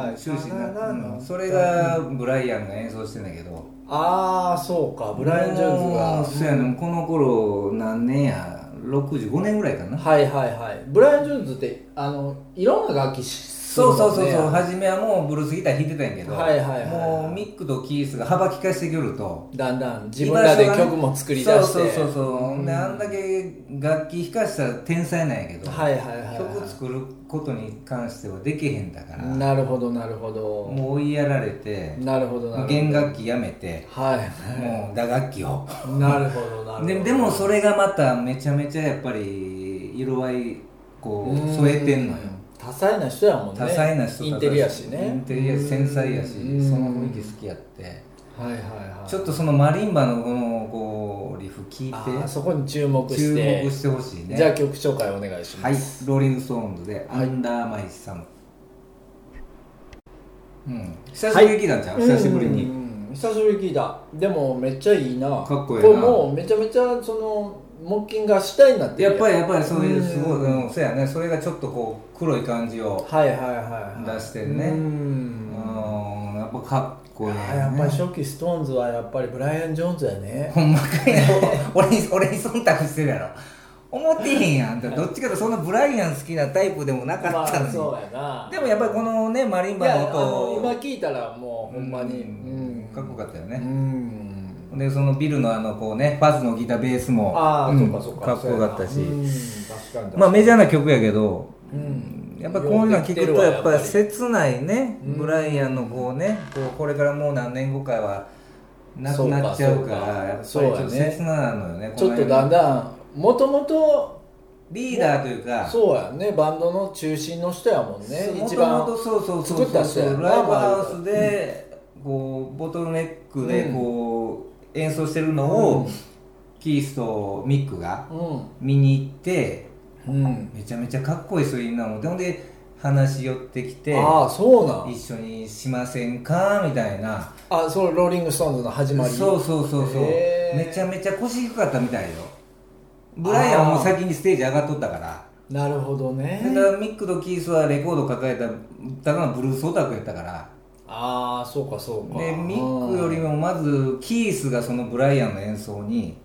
B: はい
A: ずーっと終始
B: な
A: な
B: なな
A: うんそれがブライアンが演奏してんだけど
B: ああそうかブライアン・ジョーンズ
A: も
B: が
A: うそうやねこの頃何年や65年ぐらいかな
B: はいはいはいブライアン・ジョーンズってあのいろんな楽器し
A: そうそうそう
B: す
A: そ
B: る
A: う
B: もんね
A: 初めはもうブルースギター弾いてたんやけど、
B: はいはいはいはい
A: もうミックとキースが幅利かしてくると
B: だんだん自分らで
A: 居場所がね
B: 曲も作り出して
A: そうそうそうそう、
B: うん
A: であんだけ楽器弾かしたら天才なんやけど、
B: はいはいはいはい
A: 曲作ることに関してはできへんだから
B: なるほどなるほど
A: もう追いやられて
B: なるほどなるほど
A: 弦楽器やめて
B: はい
A: もう打楽器を
B: なるほどなるほど
A: ででもそれがまためちゃめちゃやっぱり色合いこう添えてんのよ
B: 多彩な人やもんね
A: 多彩な人
B: インテリやしね
A: インテリやし繊細やしそ
B: うん
A: の雰囲気好きやって
B: はいはいはい
A: ちょっとそのマリンバのこのこうリフ聞
B: あ
A: い
B: ー
A: て
B: そこに注目し
A: 注
B: て
A: 目してほしいね
B: じゃあ曲紹介お願いし
A: は
B: ま
A: い
B: す、、
A: ローリング・ストーンズで「アンダー・マイ・サム」うん、久しぶりに聞いたんちゃう、久しぶり
B: う
A: に
B: ん久しぶりに聞いたでもめっちゃいいな
A: かっこいいな
B: これもうめちゃめちゃその木琴が主体になってる
A: やっぱ
B: り
A: りやっぱりそういうすごい、
B: うん
A: うん、そうやねそれがちょっとこう黒い感じを
B: はいはいはいはい
A: 出してるね
B: うん
A: うんやっぱかっこいい、ね、
B: あやっぱり初期ストーンズはやっぱりブライアン・ジョーンズやね
A: ほんまかいな 俺に俺に忖度してるやろ思ってへんやん あんたどっちかというとそんなブライアン好きなタイプでもなか
B: ま
A: ったの
B: あ
A: に、
B: そうやな
A: でもやっぱりこのねマリン
B: い
A: バの
B: やあの
A: 音
B: 今聞いたらもうほんまにう
A: う
B: ん
A: かっこよかったよね、
B: うん
A: でそのビルのあのこうねファズのギターベースも
B: ああ、
A: うん
B: そうかそうか
A: かっこよかったし、
B: うん確かに確かに
A: まあメジャーな曲やけど
B: うん
A: やっぱこういうの聞くとやっぱり
B: よ
A: 切ないね、
B: うん
A: ブライアンのこうねこうこれからもう何年後かはなくなっちゃうからやっぱりち
B: そう
A: ょ
B: かそうか
A: っと切ないのよね
B: ちょっとだんだんもともと
A: リーダーというか
B: そうやねバンドの中心の人やもんね一番
A: 元々そうそうそう
B: 作った人やな
A: ライブハウスで、こうボトルネックでこう、演奏してるのを、
B: うん
A: キースとミックが
B: うん
A: 見に行って
B: うん
A: めちゃめちゃかっこいい人いんなもんでほんで話し寄ってきて
B: ああそうなん
A: 一緒にしませんかみたいな
B: あそうローリング・ストーンズの始まり
A: そうそうそうそう
B: へー
A: めちゃめちゃ腰低かったみたいよブライアンはもう先にステージ上がっとったから
B: なるほどね
A: だからミックとキースはレコード抱えたただのブルースオタクやったから
B: ああそうかそうか
A: でミックよりもまずキースがそのブライアンの演奏に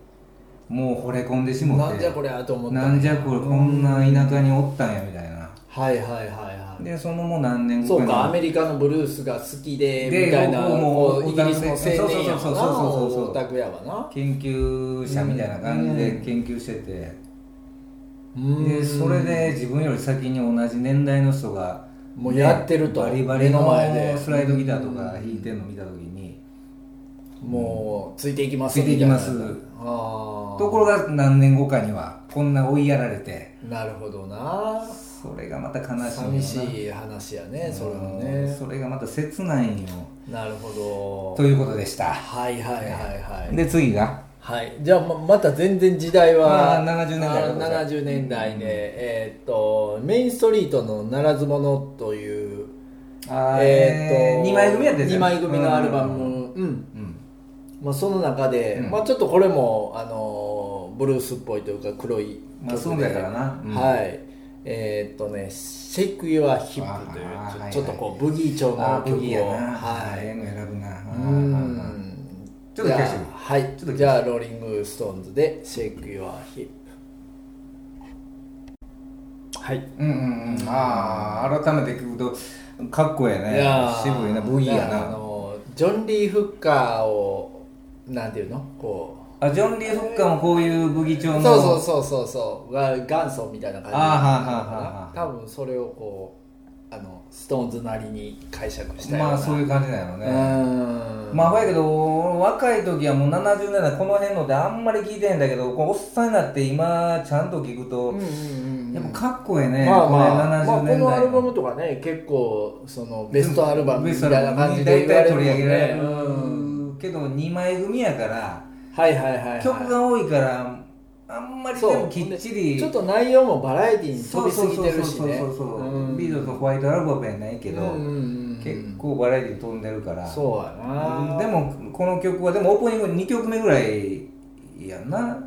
A: もう惚れ込んでし
B: うん
A: も
B: な
A: っ
B: んじゃ
A: て
B: これやと思った
A: なんじゃこれこんな
B: う
A: 田舎におったんやみたいな
B: はいはいはいはい
A: でそのもう何年後
B: そ
A: か
B: う
A: に
B: かアメリカのブルースが好きで
A: で
B: みたいな
A: もう
B: こうイギリスの青年やわ
A: そうそうそう
B: な
A: そうそうそうそう
B: オタクやわな
A: 研究者みたいな感じ
B: う
A: で
B: ん
A: 研究してて、
B: うん
A: でそれで自分より先に同じ年代の人が、
B: もうやってると
A: バリバリの
B: 目の前で
A: スライドギターとか弾いてるの見た時に、
B: もうついていきます
A: ついていきます
B: みたいなああ
A: ところが何年後かにはこんな追いやられて
B: なるほどな
A: それがまた悲しいよな
B: 寂しい話やねそれもね
A: それがまた切ないよ
B: なるほ
A: と
B: ど
A: いうことでした
B: はいはいはいはい
A: で次が
B: はいじゃあままた全然時代は
A: まあ70年代
B: あー70年代でえーっとメインストリートの「ならず者」という
A: あー
B: えーっと
A: 2枚組やって
B: 2枚組のアルバムうんまあ、その中で、
A: うん
B: まあ、ちょっとこれも、あのーブルースっぽいというか黒い曲で、
A: まあそうだからなうん
B: はいえーっとね「シェイク・ユア・ヒップ」という
A: あー
B: ちょ,、
A: はいはい
B: っとこうブギー調の
A: ああ
B: 曲を
A: ブギーやな
B: は
A: ええ
B: い
A: の選ぶなあ
B: う
A: ー
B: ん
A: ちょっと聞かせて
B: じゃあはい
A: ちょっと聞かせて
B: じゃあローリング・ストーンズで「シェイク・ユア・ヒップ」はい
A: うんうんうんああ改めて聞くとかっこええ
B: いや
A: ね
B: ー
A: 渋いなブギーや
B: だからあ
A: な
B: のジョン・リー・フッカーをなんていうのこう
A: あジョン・リー・フッカーもこういうブギ調の
B: そうそうそうそうそうが元祖みたいな感じ
A: あーはーはーはー
B: 多分それをこうあのストーンズなりに解釈したような
A: まあそういうう感じなのね
B: ーん
A: まあほやけど若い時はもう70年代この辺のであんまり聞いてへんだけどこうおっさんになって今ちゃんと聞くと、
B: うんうんうん
A: やっぱかっこええね、
B: まあまあ、まあ、
A: こ
B: こ
A: れ70年代
B: のアルバムとかね結構そのベストアルバムみたいな感じで
A: 大
B: 言われる
A: 体
B: もん
A: 取り
B: ね
A: 上げられる
B: うん
A: けど2枚組やから
B: はいはいはいはい
A: 曲が多いからああんまりで
B: そう
A: もきっちり
B: ちょっと内容もバラエティーに飛
A: そう
B: び
A: そ
B: す
A: う
B: ぎ
A: そう
B: て
A: そう
B: るし
A: そう
B: ね
A: そうそう、
B: うん
A: ビートルズのホワイトアルバムやないけど、
B: うんうんうん
A: 結構バラエティー飛んでるから
B: そうやな、
A: うんでもこの曲はでもオープニング2曲目ぐらいやんな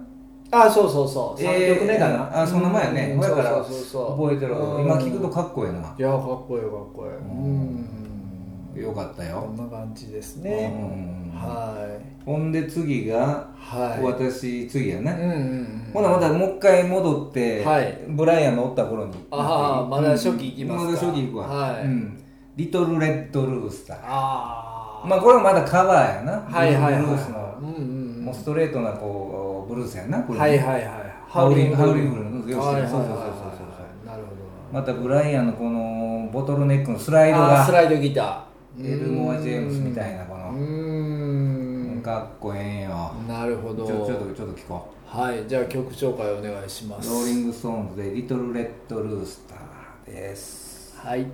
B: あそうそうそう
A: えー
B: 3曲目かな、
A: あその前やね
B: うん
A: だから
B: そうそうそう
A: 覚えてる
B: うん
A: 今聞くとかっこいいない
B: やかっこいいかっこいいうん
A: よかった
B: こ
A: よ、
B: んな感じです
A: うんうん
B: ね
A: うん
B: は
A: ほんで次が
B: いは
A: 私次や
B: い
A: ね
B: うんうん
A: ほなまたもう一回戻って
B: はい
A: ブライアンのおった頃に
B: あーまだ初期行きますか
A: まだ初期行くわ
B: はい
A: うんリトルレッドルースター
B: ああ
A: まあこれもまだカバーやな
B: はいはいはい
A: ブルース
B: う
A: の
B: んうん
A: もうストレートなこうブルースやなこれ
B: はいはいはい
A: ハウリングハウリング
B: はいはいはいはい
A: そうそうそうそう
B: なるほど
A: またブライアンのこのボトルネックのスライド
B: あース
A: が
B: ライドギター
A: エルモア・ジェームスみたいなこ
B: う
A: の
B: ん
A: かっこええんよ
B: なるほ
A: ち
B: ど
A: ょちょっとちょっと聞こ
B: はいじゃあ曲紹介お願いしま
A: う
B: す
A: ローリング・ストーンズで「リトル・レッド・ルースター」です
B: はい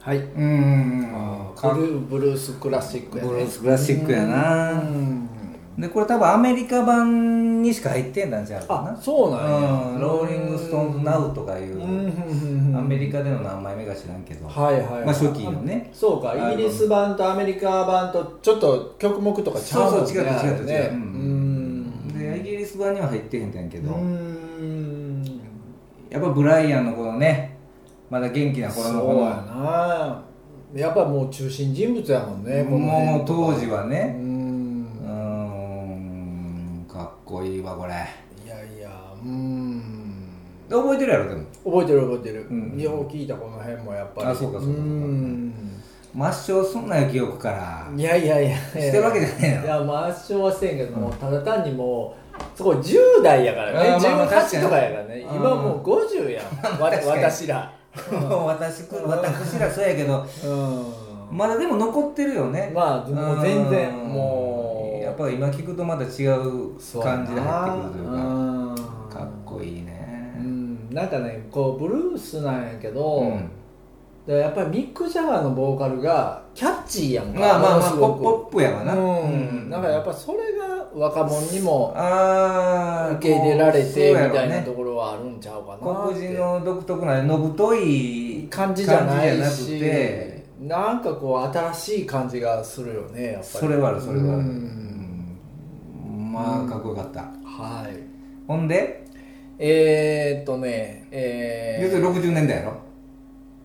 B: はいう
A: ーん
B: ブルーブルースクラシックやね
A: ブルースクラシックやな
B: うん
A: でこれ多分アメリカ版にしか入ってんだんちゃうか
B: あ
A: な
B: そうなんや
A: うん、ローリング・ストーンズ・ナウとかいううんアメリカでの何枚目か知らんけど、
B: はいはいはい
A: まあ、初期のね
B: そうかイギリス版とアメリカ版とちょっと曲目とか違う
A: そ
B: もん
A: う
B: ね
A: そう違う違う違う、
B: あれね
A: う、
B: うん
A: でイギリス版には入ってへんやんけ
B: ー
A: ど、
B: ん
A: やっぱブライアンのこのねまだ元気な頃のこ
B: そうや
A: の
B: なやっぱもう中心人物やもんねこの辺
A: もう当時は
B: う
A: ねうんーんかっこいいわこれ
B: いやいやうん
A: で覚えてるやろでも
B: 覚えてる覚えてる、
A: うん
B: よう聞いたこの辺もやっぱり
A: あそうかそうかそうか
B: ん
A: 抹消そんなよ記憶から
B: いやいやいや
A: してるわけじゃないの
B: いやまあ圧勝はしてんけども、ただ単にもうすごい10代やからね、
A: あーまあまあ確
B: 18
A: かに
B: とかやからね、
A: うん
B: 今もう50やん、わ
A: 確かに
B: 私ら
A: もう 私く私らそうやけど
B: うん
A: まだでも残ってるよね
B: まあもう全然
A: ん
B: もう
A: やっぱ今聞くとまた違う
B: そうやな
A: 感じで入ってくるというか
B: うん
A: かっこいいうね
B: んなんかねこうブルースなんやけど、
A: うん
B: でやっぱりミック・ジャガーのボーカルがキャッチーやんか
A: まあまあまあ
B: も
A: ポ
B: のす
A: ッ
B: ご
A: プ
B: く
A: ポップやわな
B: うん、なんかやっぱそれが若者にも
A: あー
B: 受け入れられてみ
A: そうやろうね
B: たいなところはあるんちゃうかなっ
A: 黒
B: て
A: 人の独特なのぶとい
B: 感じじゃない
A: 感じ
B: し
A: じゃなくて
B: なんかこう新しい感じがするよねやっぱり
A: それはあるそれはある
B: う
A: うんんまあかっこよかった
B: はい
A: ほんで
B: えー、っとねえ
A: 要する
B: ー、
A: に60年代やろ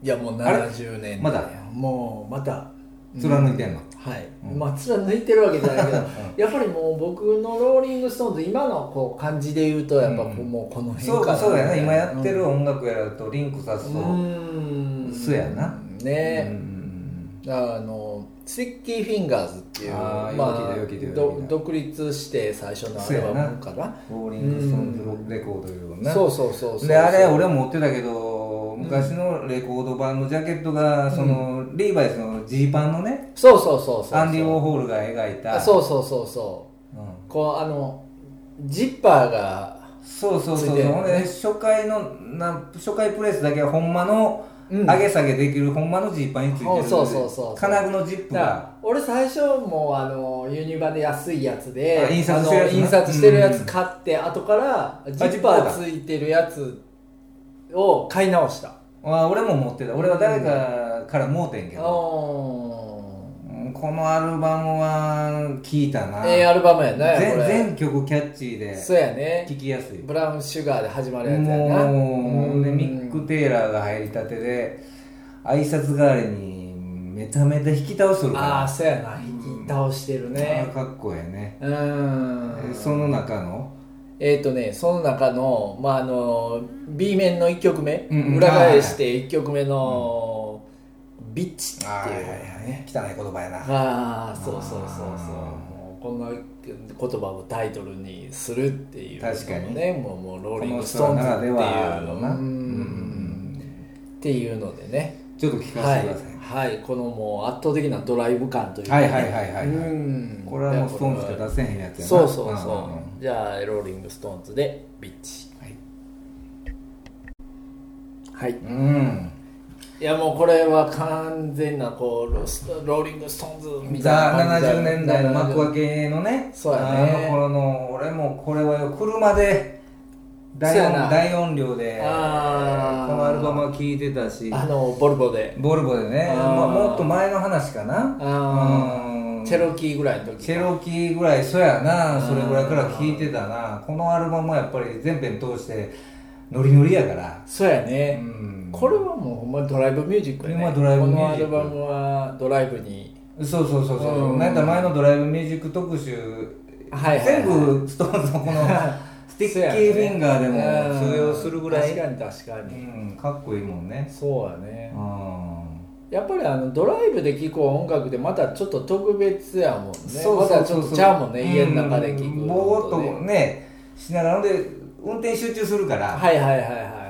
B: いやもう
A: あれ
B: 70年
A: まだ
B: もうまた
A: 貫いてんの
B: はい、
A: うん
B: まあ貫いてるわけじゃないけどやっぱりもう僕のローリング・ストーンズ今のこう感じで言うとやっぱこう、
A: うん
B: もうこの辺
A: そう
B: か
A: か
B: な
A: そうやな今やってる音楽やらとリンクさすと
B: うん
A: そうやなう
B: ね
A: ん
B: あのスティッキーフィンガーズっていう
A: あー
B: まあ
A: よく聞いたよく聞いたよ
B: ど
A: く聞いた
B: 独立して最初のアルバムかな
A: ローリング・ストーンズレコードいうな
B: そうそうそうそう
A: であれ俺も持ってたけど昔のレコード版のジャケットがそのリーバイスのジーパンのね
B: そうそうそうそう
A: アンディ・ウォーホールが描いた
B: あそうそうそうそう
A: うん
B: こうあのジッパーが
A: そうそうそ
B: つ
A: うそ、
B: いうてる
A: ほんで初回のな初回プレスだけはほんまの、
B: うん
A: 上げ下げできるほんまのジーパンについてる
B: そうそうそうそう
A: 金具のジップ
B: だから
A: が
B: 俺最初もうあの輸入版で安いやつで
A: あ印刷してる
B: あ
A: やつな
B: の印刷してるや
A: う
B: つ
A: ん
B: 買って、後からジ
A: ジッ
B: ッ
A: パ
B: パ
A: ーだ
B: ーついてるやつを買い直した
A: あ俺も持ってた俺は誰かからもうてんけど、
B: お
A: うんこのアルバムは聴いたな、
B: ーええアルバムやなこ
A: 全
B: れ
A: 全曲キャッチーで
B: そうやね
A: 聴きやすい
B: ブラウンシュガーで始まるやつやな
A: もう
B: うん
A: でミック・テイラーが入りたてで挨拶代わりにめためた引き倒するか
B: あ
A: ら
B: あそうやな引き倒してる
A: あー
B: ね
A: かっこええね、
B: うー
A: え
B: ん
A: その中の
B: えっ、とねその中の,、まあ、あの B 面の1曲目、
A: うんうん
B: 裏返して1曲目の「ビッチ」って
A: ああ
B: いう
A: ね汚い言葉やな
B: ああそうそうそうそう
A: あー
B: もうこんな言葉をタイトルにするっていうのも
A: 確かに
B: ねもうもうロー
A: こ
B: リン
A: の
B: グ・ス
A: 人
B: トーンズ
A: なら
B: ってい
A: で
B: う
A: はのな
B: うんっていうのでね
A: ちょっと聞か
B: は
A: せてください、
B: い、はい、このもう圧倒的なドライブ感という
A: はい、はいはいはいはい
B: うん
A: これはもうストーンしか出せへんやつやな
B: そうそう
A: うん
B: そううじゃあローリング・ストーンズで「ビッチ
A: んはい」
B: はい
A: うん
B: えいやもうこれは完全なこうロスローリング・ストーンズみた
A: ザ
B: いな感じだ
A: 70年代の幕開けのね
B: そうやね
A: あの頃の俺もこれはよ車で大
B: そうやな
A: 音大音量でこ
B: あー
A: のアルバムは聴いてたし
B: あのボルボで
A: ボルボでね
B: あー
A: まあもっと前の話かな
B: あ
A: う
B: ー
A: ん
B: チェロキーぐらいの時
A: チェロキーぐらいそやな
B: うん
A: それぐらいから聴いてたなこのアルバムはやっぱり全編通してノリノリやから、
B: そうや
A: う
B: ね、
A: ん、
B: これはもうほんまにドライブミュージックや
A: これ
B: ね
A: はドライブミュージック
B: このアルバムはドライブに
A: そうそうそうそう、
B: うん
A: なんやったら前のドライブミュージック特集
B: はいはいはい
A: 全部ストーンズのこ のスティッキーフィンガーでも通用するぐらい、
B: 確かに確か
A: う
B: に、
A: ん、かっこいいもんね
B: そうやね
A: うん
B: やっぱりあのドライブで聴く音楽でまたちょっと特別やもんね
A: そう
B: ま
A: そう
B: たち
A: そ
B: ょ
A: う
B: っ
A: そ
B: と
A: う
B: ちゃうもんね、家の中で聴く
A: う
B: の
A: ん
B: ね
A: ぼーっとねしながらほんで運転集中するから、
B: はいはいはいはい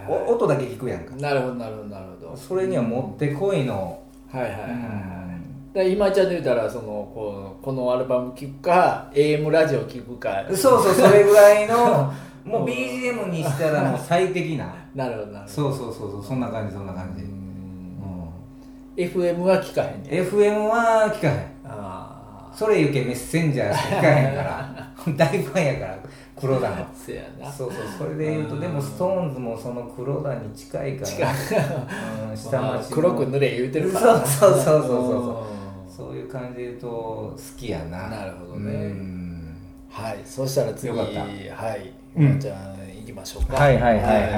A: お
B: は
A: 音だけ聞くやんか
B: いなるほどなるほどなるほど
A: それにはもってこいの、
B: はいはいはいは
A: う
B: い、
A: ん
B: だから今井ちゃんで言うたらそのこうこのアルバム聴くか AM ラジオ聴くか
A: そうそうそれぐらい の
B: う
A: も
B: ん
A: う BGM にしたらもう最適な
B: なるほどなるほど
A: そうそうそうそうそんな感じそんな感じ、
B: う
A: うんん
B: FM は聞かへんね
A: FM は聞かへん
B: ああ
A: それゆけメッセンジャーしか聞かへんから 大ファンやから黒田の
B: せやな
A: そうそうそれで言う
B: う
A: と
B: ん
A: でもストーンズもその黒田に近いから
B: 近い
A: うん、下
B: まあ
A: 町の
B: 黒く塗れ言うてるからな
A: そうそうそうそうそ
B: う
A: う
B: ん
A: そういう感じで言うと好きやな
B: なるほどね
A: うん
B: はいそうしたら次
A: よかった
B: はい
A: うん
B: 今井ちゃん行きましょうか
A: はいはいはいはいはい、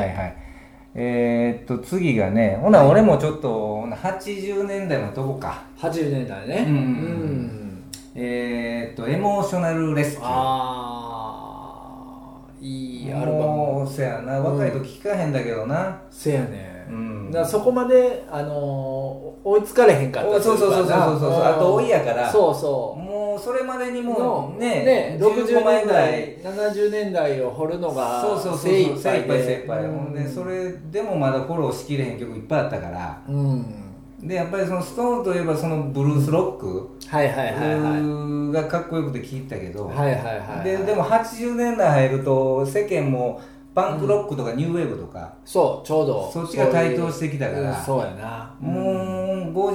A: えー、っと次がねほな俺もちょっとほな80年代のとこか
B: 80年代ね
A: うん
B: ん
A: えー、っとエモーショナルレスキュー
B: ああいいアルバム
A: もうそやな若い時聞かへんだけどな
B: せやね
A: うん
B: だからそこまで、あのー追いつかれへんかったといか
A: そうそうそうそうそうそう
B: な
A: あと老いやから
B: そうそう
A: もうそれまでにも
B: の
A: うね
B: 60
A: 15枚
B: 年
A: ぐらい
B: 代70年代を掘るのが
A: そうそうそうそう
B: 精一
A: 精
B: 杯
A: 一杯
B: で
A: 精一杯ほんでそれでもまだフォローしきれへん曲いっぱいあったから
B: うん
A: でやっぱりそのストーンといえばそのブルースロック
B: はいはいはいはい
A: がかっこよくて聴いたけど、
B: はいはいはい
A: ででも80年代入ると世間もパンクロックとかニューウェーブとか、
B: そうちょうど
A: そっちが台頭してきたから
B: そういううんそうやな
A: もう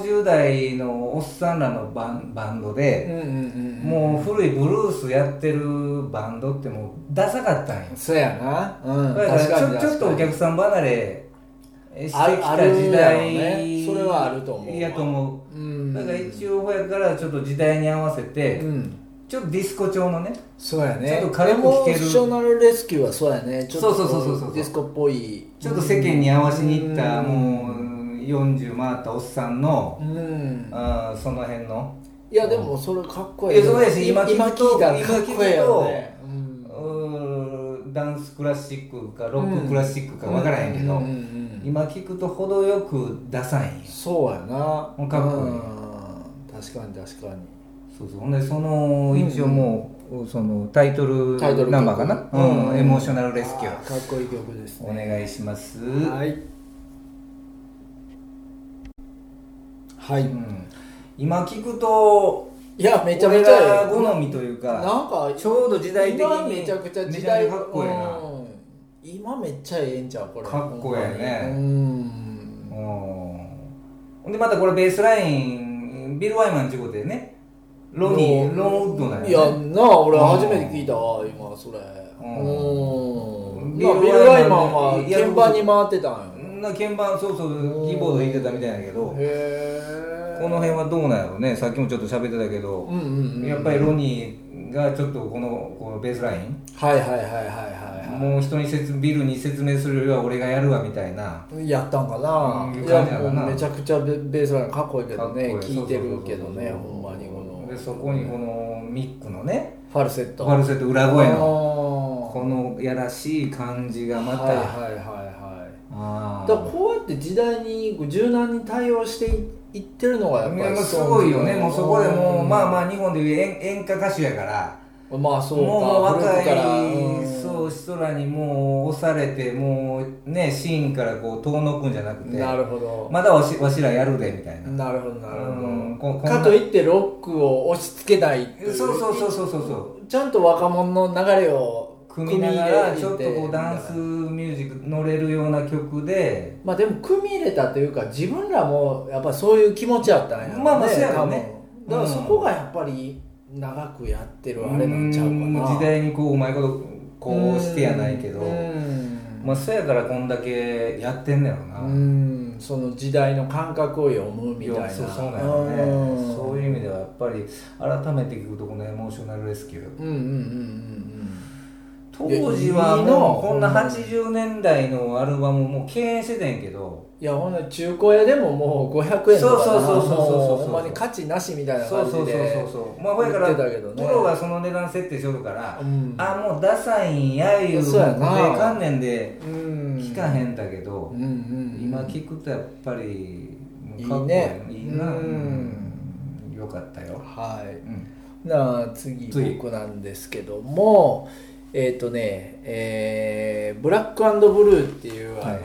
A: 50代のおっさんらのバンバンド
B: うん
A: で、
B: うんうん
A: もう古いブルースやってるバンドってもうダサかったんよ、
B: そうやなうん
A: だから
B: 確
A: ちょ
B: かに確
A: ちょっとお
B: かに
A: 客さん離れしてき
B: あるあ
A: た
B: る
A: 時
B: あるやろうね
A: 代
B: それはあると思うわ
A: やと思
B: う
A: うんだから一応ほやからちょっと時代に合わせて、
B: うん
A: ちょっとディスコ調のね
B: そうやね
A: ちょっと軽く聞ける
B: エモーショナルレスキューはそうやねちょっと
A: そうそうそうそうそう
B: ディスコっぽい
A: ちょっと世間に合わしにいった
B: うん
A: もう40回ったおっさんの、
B: うん
A: あーその辺の
B: いやでもそれかっこいい
A: いやそうやし今聞
B: 今
A: くと
B: 聞いたらかっこいいよねう
A: うんーダンスクラシックかロッククラシックか分からへんけど、
B: うんうんうんうん
A: 今聞くと程よくダサいんよ
B: そうやな
A: もうかっこいい
B: うん確かに確かに
A: そうそうほんでその一応もう、そのタイトル
B: タイトル曲
A: ナンバーかな、うんエモーショナルレスキュ
B: あ
A: ー
B: かっこいい曲です
A: お
B: ね
A: 願いします、
B: はいは
A: う
B: い
A: ん、今聞くと
B: いやめちゃめち
A: 俺
B: ゃ
A: ら
B: ええ
A: 好みというか
B: なんか
A: ちょうど時代的に
B: 今めちゃくちゃ時代
A: めちゃめちゃかっこええな
B: うん今めっちゃええんちゃうこれ
A: かっこええね
B: ほんまにうん
A: ほんでまたこれベースラインビル・ワイマンっていうことでねロニーロンウッドなん
B: いや
A: やね
B: なあ俺初めて聞いたわ今それ
A: ん
B: うん
A: ビ
B: な
A: ル
B: あビル・ワイマン
A: ワイマン
B: は
A: のいや
B: 鍵盤に回ってたんよ
A: な鍵盤そうそうキーボード弾いてたみたいなんやけどこ
B: へえ
A: の辺はどうなんやろうねさっきもちょっと喋ってたけど
B: うんうんうん
A: やっぱりロニーがちょっとこのこのベースライン
B: はいはいはいはいはいはい
A: もう人に説ビルに説明するよりは俺がやるわみたいな
B: やったんかな、
A: うん
B: い
A: 感
B: や
A: じやろな
B: もうめちゃくちゃベベースラインかっこいいけ
A: か
B: ど
A: っこ
B: ね
A: いい
B: 聞いてるけどね
A: そうそうそう
B: ほんまにこの
A: でそこにこのミックのね
B: ファルセット
A: ファルセット裏声の
B: の
A: このやらしい感じがまた、
B: はいはいはいはい
A: あー
B: だからこうやって時代にこう柔軟に対応していいってるのがやっ
A: い
B: ぱ
A: や
B: り
A: もうすごいよね、もうそこでもう、まあ
B: あ
A: まあ、日本でいう演演歌歌手やから、
B: まあそうか
A: もうまあ若
B: 古くから
A: い、そう、人らにもう押されて、もうね、シーンからこう遠のくんじゃなく
B: うんな
A: て、
B: るほど、
A: まだわしわしらやるでみたいな、
B: なるほどなる
A: うん
B: ほど
A: ここんな
B: かといってロックを押し付けないってい
A: そうそうそうそうそうそう、
B: ちゃんと若者の流れを
A: 組みながらちょっとこうダンスミュージック乗れるような曲で
B: まあでも組み入れたというか自分らもやっぱそういう気持ちやったんやろうね
A: まあまあそうやろ
B: 多
A: う
B: 分
A: ね
B: だからそこがやっぱり長くやってるあれなんちゃうか
A: うん
B: な
A: 時代にこううまいことこうしてやないけど
B: うん
A: まあそやからこんだけやってんねやろな
B: うんその時代の感覚を読むみたいな
A: そうそうなんやろねそういうう意味ではやっぱり改めて聞くとこのエモーショナルレスキュー
B: うんうんうんうん
A: 当時はい
B: やいいの
A: もうこんな80年代のアルバムもう敬遠してたんやけど
B: うんいやほんなら中古屋でももう500円とかな
A: そうそうそうそうそう
B: もほんまに価値なしみたいな
A: そう
B: 感じで
A: そうそうそうそうまあほやか
B: 言
A: ら
B: ってたけどね
A: プロがその値段設定しよるから
B: うん
A: あもうダサいんやいう
B: そうやな
A: ことで観念で
B: うん
A: 聞かへんだけど、
B: うんうんうん
A: 今聞くとやっぱり
B: いいね
A: かっこいいいいな、
B: うん
A: うんよかったよ、
B: はい
A: うん、
B: なあ次
A: 次
B: 僕なんですけどもえっ、とね、えーブラックブルー」っていうあの、
A: はいは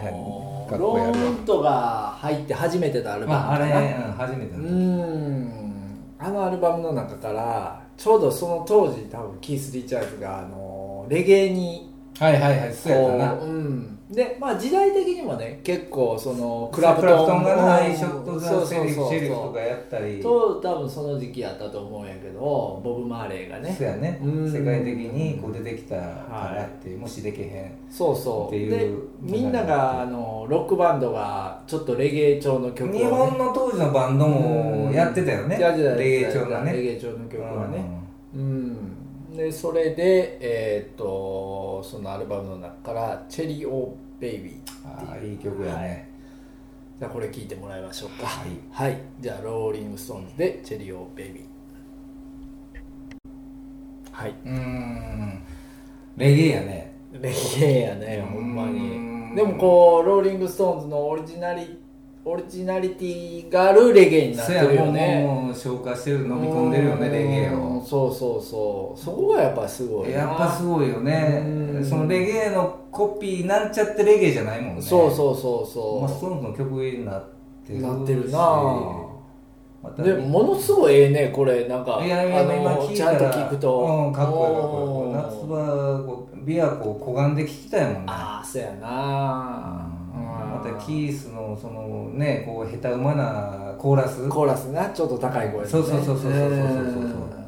A: いかっ
B: ロ
A: こいいアルバム
B: ーントが入って初めてのアルバム
A: まああ
B: かな
A: れ、うん、初めて
B: う
A: だね
B: んあのアルバムの中からちょうどその当時多分キース・リチャーズがあのレゲエに
A: はいはいはいそうやったな
B: こううん、でまあ時代的にもね結構その
A: ク
B: ク
A: ラ
B: ラ
A: プ
B: プ
A: トン
B: トン
A: が「ハイショッ
B: そ
A: ト・ザ・
B: う
A: セ
B: そ
A: リ
B: う
A: フ」
B: そう
A: シェリフとかやったり
B: と多分その時期やったと思うんやけどボブ・マーレーがね
A: そうやね
B: うん
A: 世界的にこう出てきたからって、もしできへん
B: そうそう
A: っていう
B: でみんながあのロックバンドがちょっとレゲエ調の曲をね、
A: 日本の当時のバンドもやってたよね
B: やってたやってた
A: レゲエ調が
B: レ
A: ね
B: ゲエ調の曲はねうんでそれでえーっとそのアルバムの中から「チェリー・オー・ベイビー」
A: あ
B: っ
A: あ
B: ていう
A: いい曲やね、
B: じゃあこれ聞いてもらいましょうか
A: はい
B: はい、じゃあ「ローリング・ストーンズ」で「チェリー・オー・ベイビー」はいう
A: ーんレゲエやね
B: レゲエやねほんま
A: うん
B: にでもこうローリング・ストーンズのオリジナリオリジナリティがあるレゲエになっ
A: そ
B: て
A: や
B: る
A: も
B: よ
A: う
B: ね
A: もう消化してる飲み込んでるよね
B: うん
A: レゲエを
B: そうそうそうそこがやっぱすごいな
A: やっぱすごいよね
B: うん
A: そのレゲエのコピーなんちゃってレゲエじゃないもんね
B: そうそうそうそう、
A: まあ、ストーンズの曲になってるし
B: なってるな
A: また
B: でもものすごいええねこれなんか
A: いやいや
B: あ
A: 今
B: の
A: 聞い
B: ちゃ
A: た
B: ん
A: ら
B: と聞くと、
A: うん、かっこいいかっこいい夏
B: おー
A: 場こう琵琶湖を湖岸で聞きたいもんね
B: ああそうやな
A: ま
B: うん
A: たキースのそのねこう下手馬なコーラス
B: コーラスなちょっと高い声で、ね、
A: そうそうそうそうそうそうそうそうん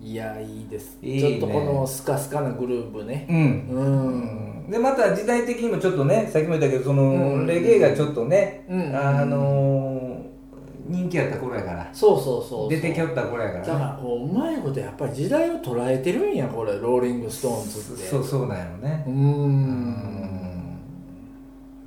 B: いやいいです
A: いいね
B: ちょっとこのスカスカなグルーブね
A: うん
B: う
A: うんんでまた時代的にもちょっとねさっきも言ったけどその、
B: うん
A: レゲエがちょっとね、
B: うん
A: あのー人気やった頃やから
B: そうそうそうそう
A: 出てきよった頃やか
B: だ
A: ら
B: か
A: ね
B: らこううまいことやっぱり時代を捉えてるんやこれローリング・ストーンズって
A: そうそうなんやろね
B: うーん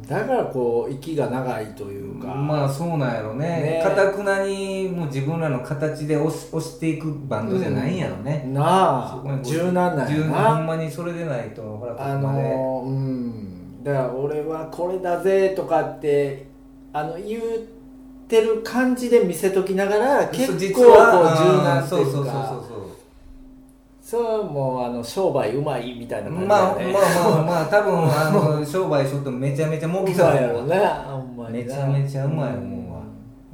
B: だからこう息が長いというか
A: まあそうなんやろね
B: ね
A: かた、くなにもう自分らの形で押し押していくバンドじゃないんやろね、そ
B: な
A: こに
B: あ
A: こう
B: 柔軟なんや
A: 柔
B: な
A: ほんまにそれでないとほらここ
B: あ
A: まで、
B: のーうんだから俺はこれだぜとかってあの言ってる感じで見せときながら結構こう柔軟って
A: そう
B: い
A: そううそう
B: か
A: そうそう
B: それはもうあの商売うまいみたいな感じ
A: まあまあ
B: だよね
A: まあまあ多分あ の商売しとってもめちゃめちゃ儲け
B: う
A: た
B: まいや
A: や
B: ろ
A: ろ
B: ねほんまにな
A: めちゃめちゃうまいもんわ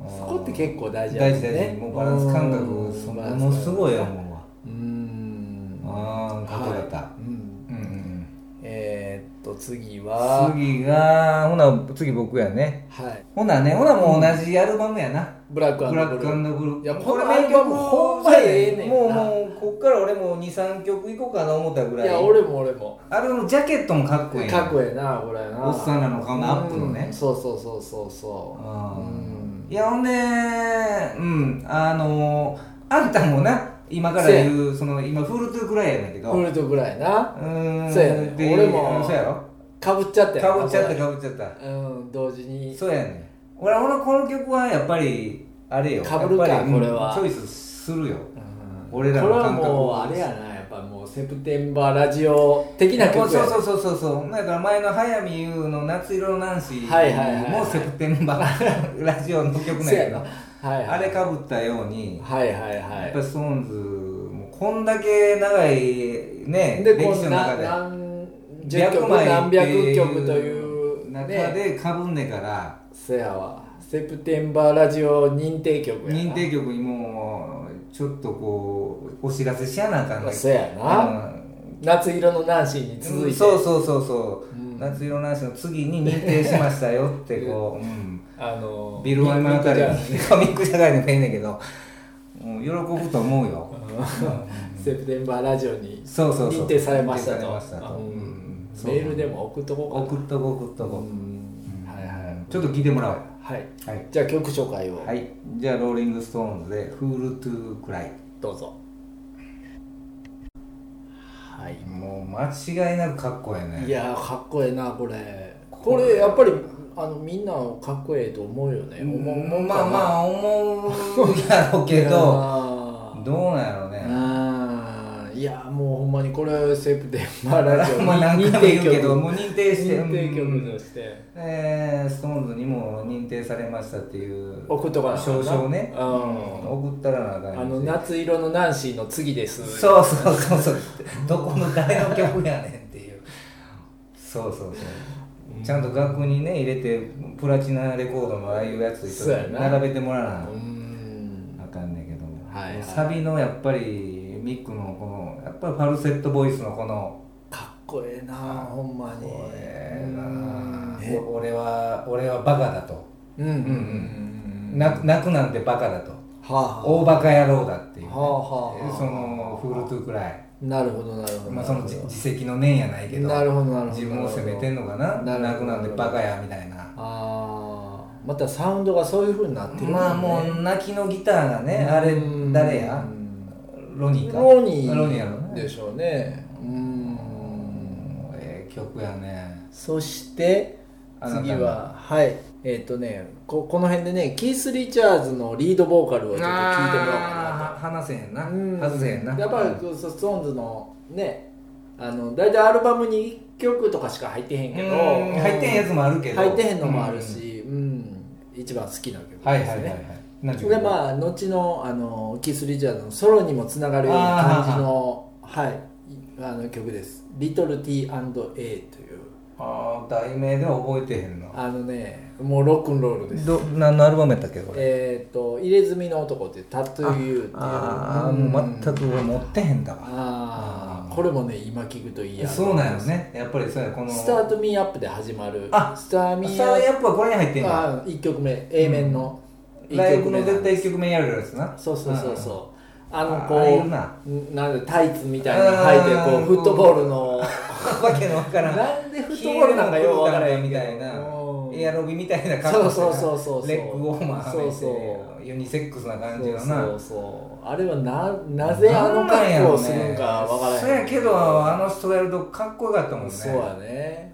B: うんそこって結構大事や
A: 大
B: もん
A: 事
B: ね
A: 大事もうバランス感覚
B: うん
A: そん
B: バ
A: な
B: ランス
A: ものすごいやもんわ
B: うん
A: ああかっこよかった、
B: はいうん
A: うんうん
B: えー、っと次は
A: 次がほな次僕やね
B: はい
A: ほなねほなもう同じアルバムやな、
B: ブラック
A: ブラック
B: ー
A: ブルー
B: いやこのアルバムほんまええねんな
A: もうもうこっから俺も23曲いこうかな思ったぐらい
B: いや俺も俺も
A: あれもジャケットもかっこいい
B: かっこええなこれな
A: おっさんらの顔のアップのね
B: うんそうそうそうそうそう
A: う
B: うんん
A: いやほんでうんあのあんたもな今から言うその今フルトゥーくらいやねんけど
B: フルートぐらいな
A: ーん
B: そうやね
A: で
B: 俺も
A: うんそうやろ
B: かぶっちゃって
A: かぶっちゃった
B: か
A: かぶっちゃった
B: うん同時に
A: そうやね俺俺この曲はやっぱりあれよ
B: 被るか
A: やっぱり
B: これは
A: うんチョイスするよ
B: うん
A: 俺らの
B: これは
A: 感覚
B: もうあれやなやっぱもうセプテンバーラジオ的な曲や
A: そうそうそうそうそうだから前の早見優の「夏色のナンシー」
B: はいはいはいはい
A: もセプテンバーラジオの曲なん
B: そう
A: や
B: や
A: け
B: な
A: ど
B: はい
A: あれ
B: か
A: かぶったように
B: はいはい
A: やっ
B: は
A: ぱりストーンズもこんだけ長いね
B: いで
A: 歴
B: こ
A: 史
B: う
A: の
B: な
A: 中で
B: 何十曲何百曲という
A: 中
B: ね
A: でかぶんねから
B: せやわセプテンバーラジオ認定曲やな
A: 認定曲にもうちょっとこうお知らせしやなあかんね
B: そうやな
A: うん
B: 夏色のナンシーに続いて、
A: そうそうそうそうう、
B: ん
A: 夏色男子の次に認定しましたよってこう、うん
B: あの
A: ビルワイマンあたり
B: じゃあ
A: コミックじゃないのがいいんだけど、もう喜ぶと思うよ。
B: セプテンバーラジオに
A: そうそうそう。
B: 認定されました
A: 認定
B: と
A: されましたと
B: あうん
A: うんそう
B: メールでも送っとこうかな
A: 送っとこう送っとこう、
B: うんはいは
A: ちょっと聞いてもらおうよ。
B: いはい
A: はい。
B: じゃあ曲紹介を
A: はい。じゃあ、ローリングストーンズで、フールトゥークライ。
B: どうぞはい
A: もう間違いなくかっこええね。
B: いやーかっこええなこれこ
A: これ
B: れやっぱりあのみんなかっこええと思うよね
A: うん、
B: 思う
A: もうまあまあ、思うやろうけど、
B: あ
A: どうなんやろう
B: ー
A: ね。
B: あーいやもうほんまにこれセプテンバーラジオ
A: まあ、何 回も言うけど、もう認定して。
B: 認定
A: うん
B: 曲として
A: えー、ストーンズにも認定されましたっていう
B: 送っとかなあかん
A: 証
B: な
A: 書をね、
B: うん
A: 送ったらなあかんし
B: あの夏色のナンシーの次です
A: そうそうそうそうどこの誰の曲やねんっていうそうそうそうちゃんと額にね入れてプラチナレコードのああいうやつ
B: そうやな
A: 並べてもらわな
B: うーん
A: あかんねんけど、
B: はいはい
A: サビのやっぱりミックのこのやっぱりファルセットボイスのこの
B: かっこええなほんまに
A: これな
B: うん
A: お俺は俺はバカだと
B: うんうんうんうん
A: 泣く泣くなんてバカだと
B: はあはあ
A: 大バカ野郎だっていう、
B: はあはあはあ
A: そのフールトゥーくらい、
B: なるほどなるほど、
A: まあ、その自自責の念やないけど
B: なるほどなるほど
A: 自分を責めてんのかな
B: なる
A: な
B: ほ
A: く
B: ど
A: なんでバカやみたいな
B: あーまたサウンドがそういうふうになってる
A: まあもう泣きのギターがねあれ
B: うん
A: 誰やロニーか
B: ロニー
A: ロニーやろね
B: でしょうねうん
A: もうええ曲やね
B: そして
A: あなたの
B: 次ははいえっ、とねここの辺でねキース・リチャーズのリードボーカルをちょっと聞いてもらおう
A: あー
B: か
A: 話せへんな
B: なとうん
A: 外せへんな
B: やっぱりそうストーンズのねあの大体アルバムに1曲とかしか入ってへんけど
A: うん入ってへんやつもあるけど
B: 入ってへんのもあるし、うん一番好きな曲ですね、
A: はいはいはいはい何
B: でまあ後のあのキース・リチャードのソロにもつながるような感じのはいあの曲です「Little T&A」という
A: あー題名では覚えてへんの
B: あのねもうロックンロールです
A: ど何のアルバムやったっけこれ
B: えっ、と「入れ墨の男」っていうタトゥーユーっていう
A: ああもう全く俺持ってへんだわ
B: ああこれもね今聞くといいや
A: そうなんよねやっぱりそうやこの
B: スタート・ミー・アップで始まる
A: あ
B: スターミ
A: ス
B: ー
A: ター
B: ア
A: や
B: ッ
A: っぱこれに入って
B: プ
A: んの
B: 1曲目 A 面の一
A: ライブ
B: 目
A: の
B: なんです
A: 絶対1曲目やるやつな
B: そうそうそうそう。あの
A: あ
B: こ
A: あれいうるなん
B: なんでタイツみたいなの履いてこ
A: あ
B: う
A: ー
B: フットボールの
A: うんわけのわからん
B: なんでフットボールなんかよくわからへんけ
A: み
B: ど
A: たいな
B: うん
A: エアロビみたいな感じ
B: そうそうそうそう
A: レッグウォーマーはめて
B: そうそ
A: ユニセックスな感じ
B: そう
A: の
B: そ
A: な
B: うそうあれはななぜあの格好をするんかわからへん
A: そうやけどあの人がやるとかっこよかったもんね
B: そうやね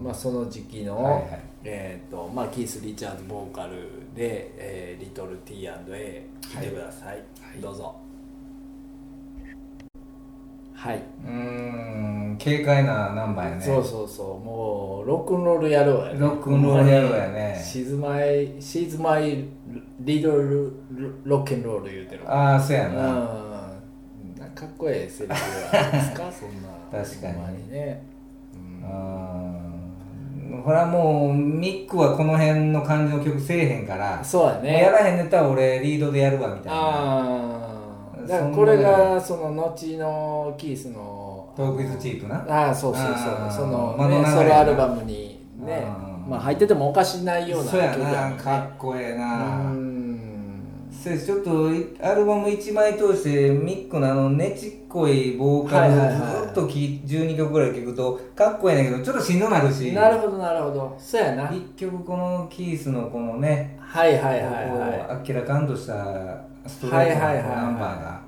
B: うんまあその時期の、
A: はいはい
B: えっ、とまあキース・リチャーズボーカルで「えー、リトル T&A」聴いてください、どうぞはい、
A: うーん軽快なナンバーやね
B: そうそうそうもうロックンロールやろうやね
A: ロックンロール野郎やね
B: 静まい静まいリドルロックンロール言うてる
A: ああそうや
B: うん
A: な、
B: なんかかっこええセリフはないですかそんな
A: 確かに
B: ほんまにね、うん
A: うんほらもうミックはこの辺の感じの曲せえへんから
B: そうやね
A: やらへんネタは俺リードでやるわみたいな
B: ああ
A: うん
B: だからこれがその後のキースの
A: トークイズチープな
B: ああそうそうそう
A: あー
B: その、
A: まあ
B: ね、
A: まあ
B: ソロアルバムにね
A: うん
B: まあ入っててもおかしないような
A: そうや
B: 曲だも
A: なん
B: ね
A: かっこええ
B: う
A: な、
B: ん
A: そうちょっといアルバム1枚通してミックのあのねちっこいボーカルを
B: はいはいはい
A: ずっと聞い12曲ぐらい聴くとかっこええねんけどちょっとしんどなるし
B: なるほどなるほどそうやな
A: 一曲このキースのこのね
B: はいはい
A: こう
B: はいは
A: あっけらかんとしたストレート
B: はいはいはいは
A: ないナンバーが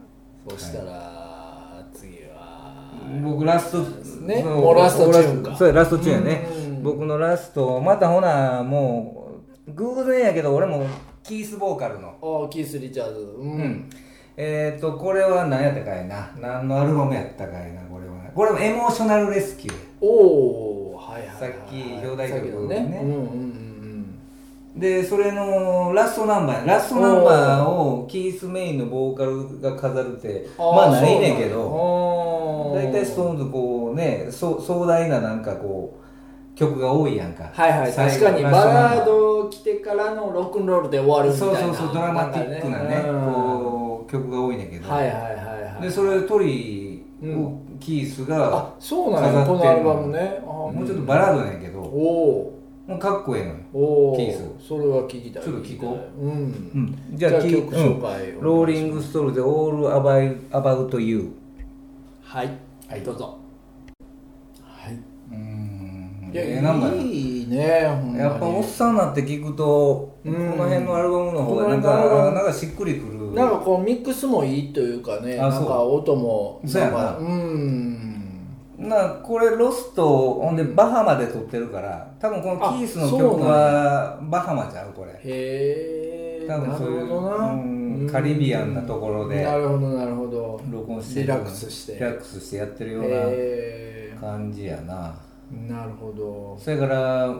B: いそしたら次は
A: 僕ラスト
B: ね
A: そう
B: もうラストチューンか
A: そうやラストチューンやね
B: うん
A: 僕のラストまたほなもう偶然やけど俺もキースボーカルの
B: おーキース・リチャーズう
A: うんんえっ、ー、とこれは何やったかいな何のアルバムやったかいなこれはこれもエモーショナルレスキュー
B: おおはいはいはい
A: さっき表題曲
B: さっきの
A: ね
B: うんうんうんうん
A: でそれのラストナンバーやラストナンバーをキースメインのボーカルが飾るってまあないねんけど
B: ど
A: 大体ストーンズこうねそう壮大ななんかこう曲が多いやんか
B: はいはい
A: 最
B: 確
A: 後
B: かに
A: ラ
B: バ
A: ストナン
B: ラード来てからのロックンロールで終わるみ
A: そう
B: たい
A: そ
B: な
A: うそうドラマティックなね
B: んかうん
A: こう曲が多いねんだけど、
B: はいはいはいはい
A: でそれトリをキース
B: あ
A: が、
B: そうなんやこのアルバムねあ
A: もうちょっとバラードなんやけど、
B: お
A: もうかっこええのよ、
B: おおお
A: キース
B: それは聞きたい
A: ちょっと聞こ
B: う、うん
A: うん、
B: じ
A: じ
B: ゃ
A: ゃ
B: あ
A: あキ
B: 曲
A: ー、
B: 紹
A: うん
B: 介を、
A: ローリングストールで「All About, About You
B: はい、
A: はい
B: どうぞはい」
A: うーん
B: いや、
A: ええナンバーや
B: いいねほんまに
A: やっぱおっさんになって聞くと、
B: うん
A: この辺のアルバムの方がな
B: この辺
A: ん
B: のアルバ
A: か
B: ム
A: なんかしっくりくる
B: なんかこうミックスもいいというかねな
A: あ
B: ん
A: そう
B: か音も
A: そうやな
B: なんかうん
A: なこれロスとほんでバハマで撮ってるから多分このキースの曲はバハマちゃうこれ
B: へえ
A: 多分そうい
B: な
A: う
B: るほどな、
A: うん
B: うん
A: カリビアンなところで
B: なるほどなるほど
A: 録音して
B: リラックスして
A: リラックスしてやってるよう
B: へ
A: な感じやな
B: えなるほど
A: それからう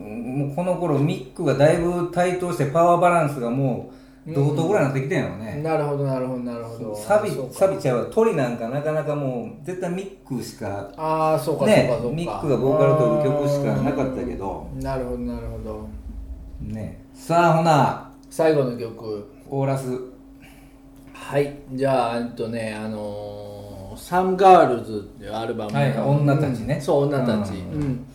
A: んもうこの頃ミックがだいぶ台頭してパワーバランスがもう同等ぐらいになってきてんやろね、
B: なるほどなるほどなるほど
A: サビ
B: あそうか
A: サビちゃうわトリなんかなかなかもう絶対ミックしか
B: ああそうかそうか
A: ね
B: そうか
A: ミックがボーカル取る曲しかなかったけど
B: あーなるほどなるほど
A: ねさあほな
B: 最後の曲
A: オーラス
B: はいじゃあえっとねあのーサムガールズ」っていうアルバムの、
A: はい女たちね
B: うんそう女たち、
A: う
B: うん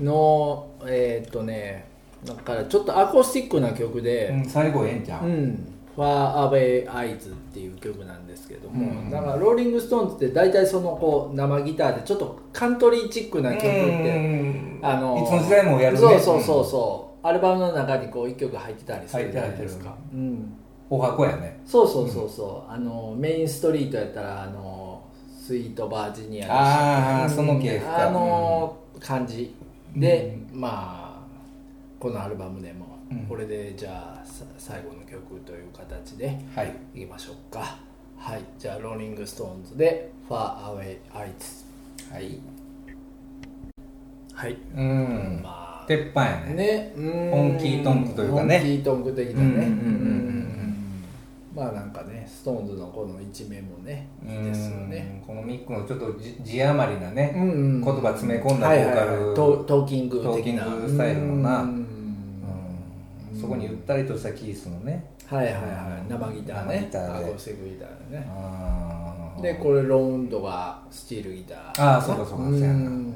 B: のえーっとねだからちょっとアコースティックな曲で、
A: うん最後ええんちゃ
B: う、
A: うん
B: ファーアウェイアイズっていう曲なんですけども、
A: うん
B: だからローリング・ストーンズって大体そのこう生ギターでちょっとカントリーチックな曲って、
A: ん
B: あの
A: いつの時代もやるね
B: そうそうそうそう、アルバムの中にこう1曲入ってたりするじゃないです
A: 入
B: か
A: っ、
B: うん、
A: うんお箱やね
B: そうそうそうそうあのメインストリートやったらあのスイートバージニアでした
A: ああ
B: うん
A: その系か
B: あの感じで、まあこのアルバムでも、
A: うん
B: これでじゃあさ最後の曲という形で
A: はい
B: いきましょうかはいじゃあローリング・ストーンズで「Far Away Eyes
A: はい」
B: はい、
A: うん
B: まあ
A: 鉄板やね
B: ねうん
A: 本気トンクというかね
B: 本気トンク的な
A: うんうん
B: ね
A: うんうん
B: うんまあなんかねストーンズのこの一面もねいいですよね
A: うんこのミックのちょっとじ字余りなね、
B: うんうん
A: 言葉詰め込んだボ
B: はい
A: ー
B: はい
A: カ
B: は
A: ル、
B: いトートーキング的な
A: トーキングスタイルのな
B: うん
A: うんそこにゆったりとしたキースのね
B: はいはいはい生ギターね
A: 生ギターで
B: アコースティックギターでね
A: あー
B: でこれロウンドがスチールギター
A: ああそうかそうかそうやなん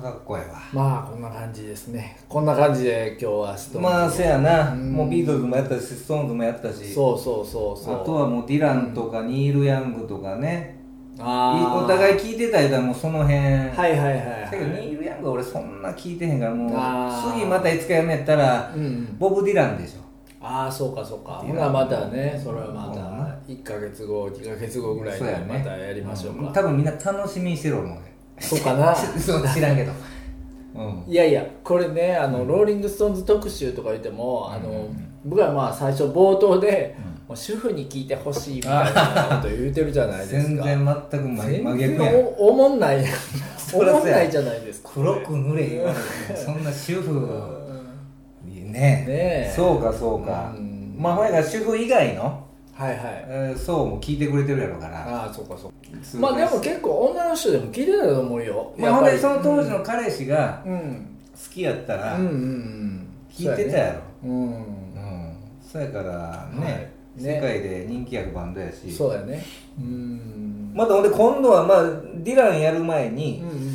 A: かっこええわ
B: まあこんな感じですねこんな感じで今日はストーンズ
A: まあせやな、
B: うん
A: もうビートルズもやったしストーンズもやったし
B: そうそうそうそう
A: あとはもうディランとかニール・ヤングとかね、い
B: あー
A: お互い聞いてたやったらもうその辺、
B: はいはいはい
A: だけど
B: はい
A: ニール・ヤングは俺そんな聞いてへんからもう
B: あー
A: 次またいつかやんねやったら、
B: うんうん
A: ボブ・ディランでしょ
B: ああそうかそうか
A: ってい
B: ほ
A: う
B: なまたねそれは
A: そうだ
B: ま
A: な
B: た1か月後2か月後ぐらい
A: そう
B: で
A: やね
B: またやりましょうか
A: 多分みんな楽しみにしてる思うね
B: そうかな
A: そう知らんけどうん
B: いやいやこれねあの、ローリング・ストーンズ特集とか言ってもあの、僕はまあ最初冒頭で、もう主婦に聞いてほしいみたいなこと言うてるじゃないです
A: 全
B: か
A: 然全く真真
B: 全
A: 逆
B: 然
A: やん
B: おおもんないやんお
A: そら
B: もん
A: そうや
B: ないじゃないですか
A: 黒く塗れ言われてもそんな主婦ねえ
B: ねえ
A: そうかそうか、
B: うん
A: まあほやから主婦以外の、
B: はいはい
A: えー層も聞いてくれてるやろうから
B: ああそうかそうかまあでも結構女の人でも聞いてたと思うよ
A: まあ、ほんでその当
B: 時
A: 時の彼氏が
B: うん
A: 好きやったら
B: うんうんうん
A: 聞いてたやろ
B: うんう
A: うんんそうやからね,、
B: はいね
A: 世界で人気あるバンドやし
B: そうだよねうん
A: またほんで今度はまあディランやる前に、
B: うんうんうん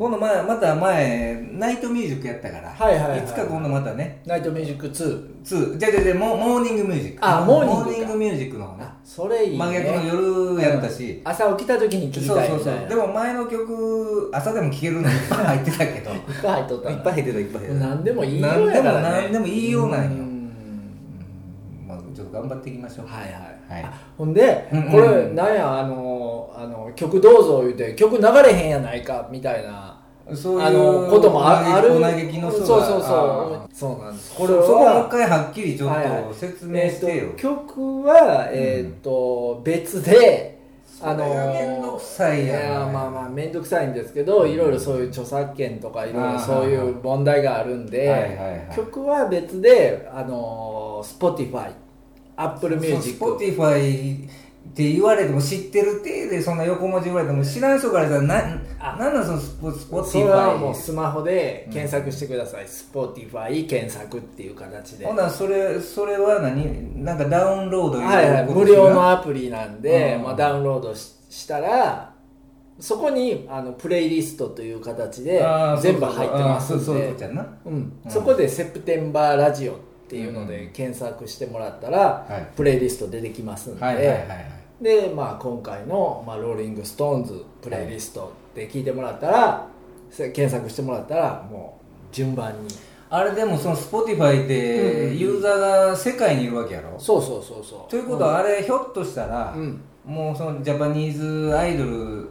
A: 今度まあまた前ナイトミュージックやったから、
B: はいはいはい
A: つか今度またね
B: ナイトミュージック2
A: 2じゃあじゃあじゃあモモーニングミュージック
B: あモーニングか
A: ミュージックの方な
B: それいい、ね、
A: 真逆の夜やったし、
B: うん朝起きた時に聴き
A: そう
B: たい
A: そう
B: み
A: そ
B: たいな
A: うでも前の曲朝でも聴けるのいっぱい入ってた
B: いっ
A: けどい
B: ぱい入っとったな
A: っぱい入ってたいっぱい入ってた
B: 何でもいいようやから、ね、
A: 何でも何でもいいようなんよ
B: ん
A: まあちょっと頑張っていきましょう
B: はいはい、
A: はい
B: あほんで、
A: うんうん
B: これなんやあのあの曲どうぞ言うて曲流れへんやないかみたいな
A: そういう
B: あのこともあある
A: お嘆きお嘆きの
B: そう
A: 人が
B: そうそう
A: あ
B: そうなんです
A: こ
B: こ
A: れ
B: れ
A: そこもう一
B: は
A: 回はっきりちょっ
B: はいは
A: と
B: い
A: 説明して
B: え
A: よ
B: ーと曲は、えーと別であの
A: それがめんどくさいやん
B: やまあまあ面倒くさいんですけど、いろいろそういう著作権とかいろい
A: あ
B: ろ
A: ー
B: そういう問題があるんで、
A: はいはいはい
B: 曲は別であの Spotify アップルミュージック
A: そう Spotify って言われても知ってる体でそんな横文字言われても知らん人からしたらな
B: あ
A: なんなんそのスポスポテ
B: そ
A: ィ
B: れ
A: フ
B: はもう
A: ァ
B: スマホで検索してください、Spotify 検索っていう形
A: イ
B: で、
A: ほん
B: は
A: ならそれそれは何なんかダウンロード
B: いはい、
A: こと
B: 無
A: する
B: 料のアプリなんで、
A: うん
B: まあ、ダウンロードししたらそこにあのプレイリストという形で
A: あー
B: 全部入ってます
A: そうそ
B: ん
A: うそうあーそうそういうこ
B: で
A: とじゃんな
B: うん
A: うん
B: そこで「セプテンバーラジオ」っていうの
A: う
B: で
A: ん
B: 検索してもらったら、
A: はい
B: プレイリスト出てきますんで、
A: はいはいはいはい
B: で、まあ、今回の、まあ「ローリング・ストーンズ」プレイリストって聞いてもらったら、せ検索してもらったらもう順番に
A: あれでもその Spotify っ
B: う
A: て
B: ん
A: ユーザーが世界にいるわけやろ、
B: そうそうそうそう
A: ということはあれひょっとしたら、
B: うん
A: もうそのジャパニーズアイドル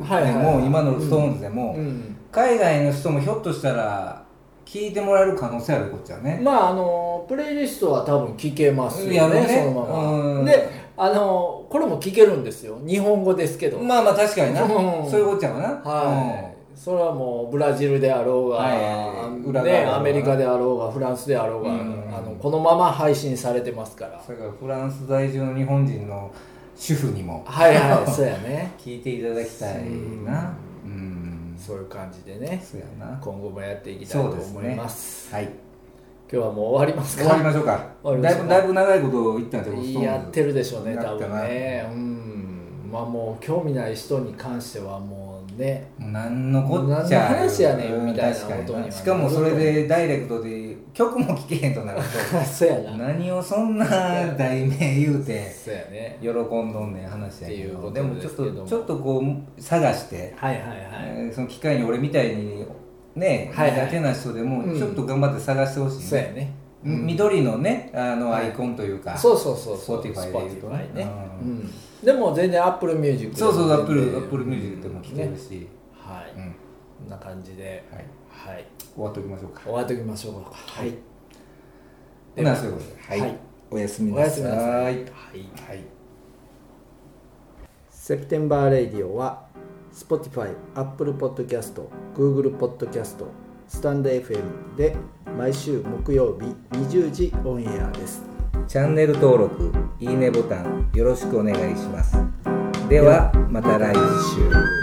B: はいは
A: で
B: いはい
A: も今のストーンズでも、
B: うん
A: 海外の人もひょっとしたら聞いてもらえる可能性あるこっちゃね、
B: まああのプレイリストは多分聞けますよ
A: や
B: ね
A: ろうね
B: そのま
A: うん
B: まであのこれも聞けるんですよ日本語ですけど、
A: まあまあ確かにな、
B: うん
A: そういうこっちゃわな、
B: はいそれはもうブラジルであろうが、
A: はいはい裏側
B: ね、
A: だろうが
B: アメリカであろうがフランスであろうが、
A: うん
B: あのこのまま配信されてますから
A: うんそれからフランス在住の日本人の主婦にも
B: はいはいそうやね
A: 聞いていただきたいなうん
B: そういう感じでね
A: そうやな
B: 今後もやっていきたいと
A: そうですね
B: 思います
A: はい
B: 今日はもう終わりますか
A: 終わりましょうか
B: 終わりま
A: だ
B: し
A: い
B: ょう
A: ぶ
B: か
A: だいぶ長いこと言ったんじゃ
B: いいやってるでしょうね多分ね
A: な
B: うんまあもう興味ない人に関してはもうね
A: 何のこっちゃ
B: 何の話やねん
A: う
B: みたいなことには
A: 確かしかもそれでダイレクトで曲も聴けへんとなる
B: そうや
A: と
B: な
A: 何をそんな題名言うて
B: そうやね
A: 喜んどんねん話や
B: って
A: け
B: いうこ
A: ど
B: と
A: でもちょ
B: で
A: っ
B: すけど
A: と
B: も
A: ちょっとこう探して、
B: はいはいはい
A: えーその機会に俺みたいにね
B: はいはい
A: 苦手な人で
B: う
A: も
B: ん
A: ちょっと頑張って探してほしい
B: そうや
A: ね、
B: ね
A: うん緑のねあの
B: は
A: ア
B: い
A: イコンというか、
B: そうそうそうそう
A: Spotify で言うとね
B: Spotify ね
A: う
B: うんんでも全然 Apple Music
A: そうそうアップル
B: で
A: ア
B: も
A: ップルミュージックでも聴けるし、
B: は
A: う
B: い
A: ん
B: こんな感じで
A: はい、
B: はい
A: 終わっておきましょうか
B: 終わっておきましょうかはい
A: ほなそういうことで、
B: はい
A: おやすみ
B: お
A: な
B: やすみ
A: さ
B: なさい
A: い
B: はい
A: はい
B: セプテンバーレイディオは Spotify、Apple Podcast、Google Podcast、スタンド FM で毎週木曜日20時オンエアです。
A: チャンネル登録いいねボタンよろしくお願いしますではまた来週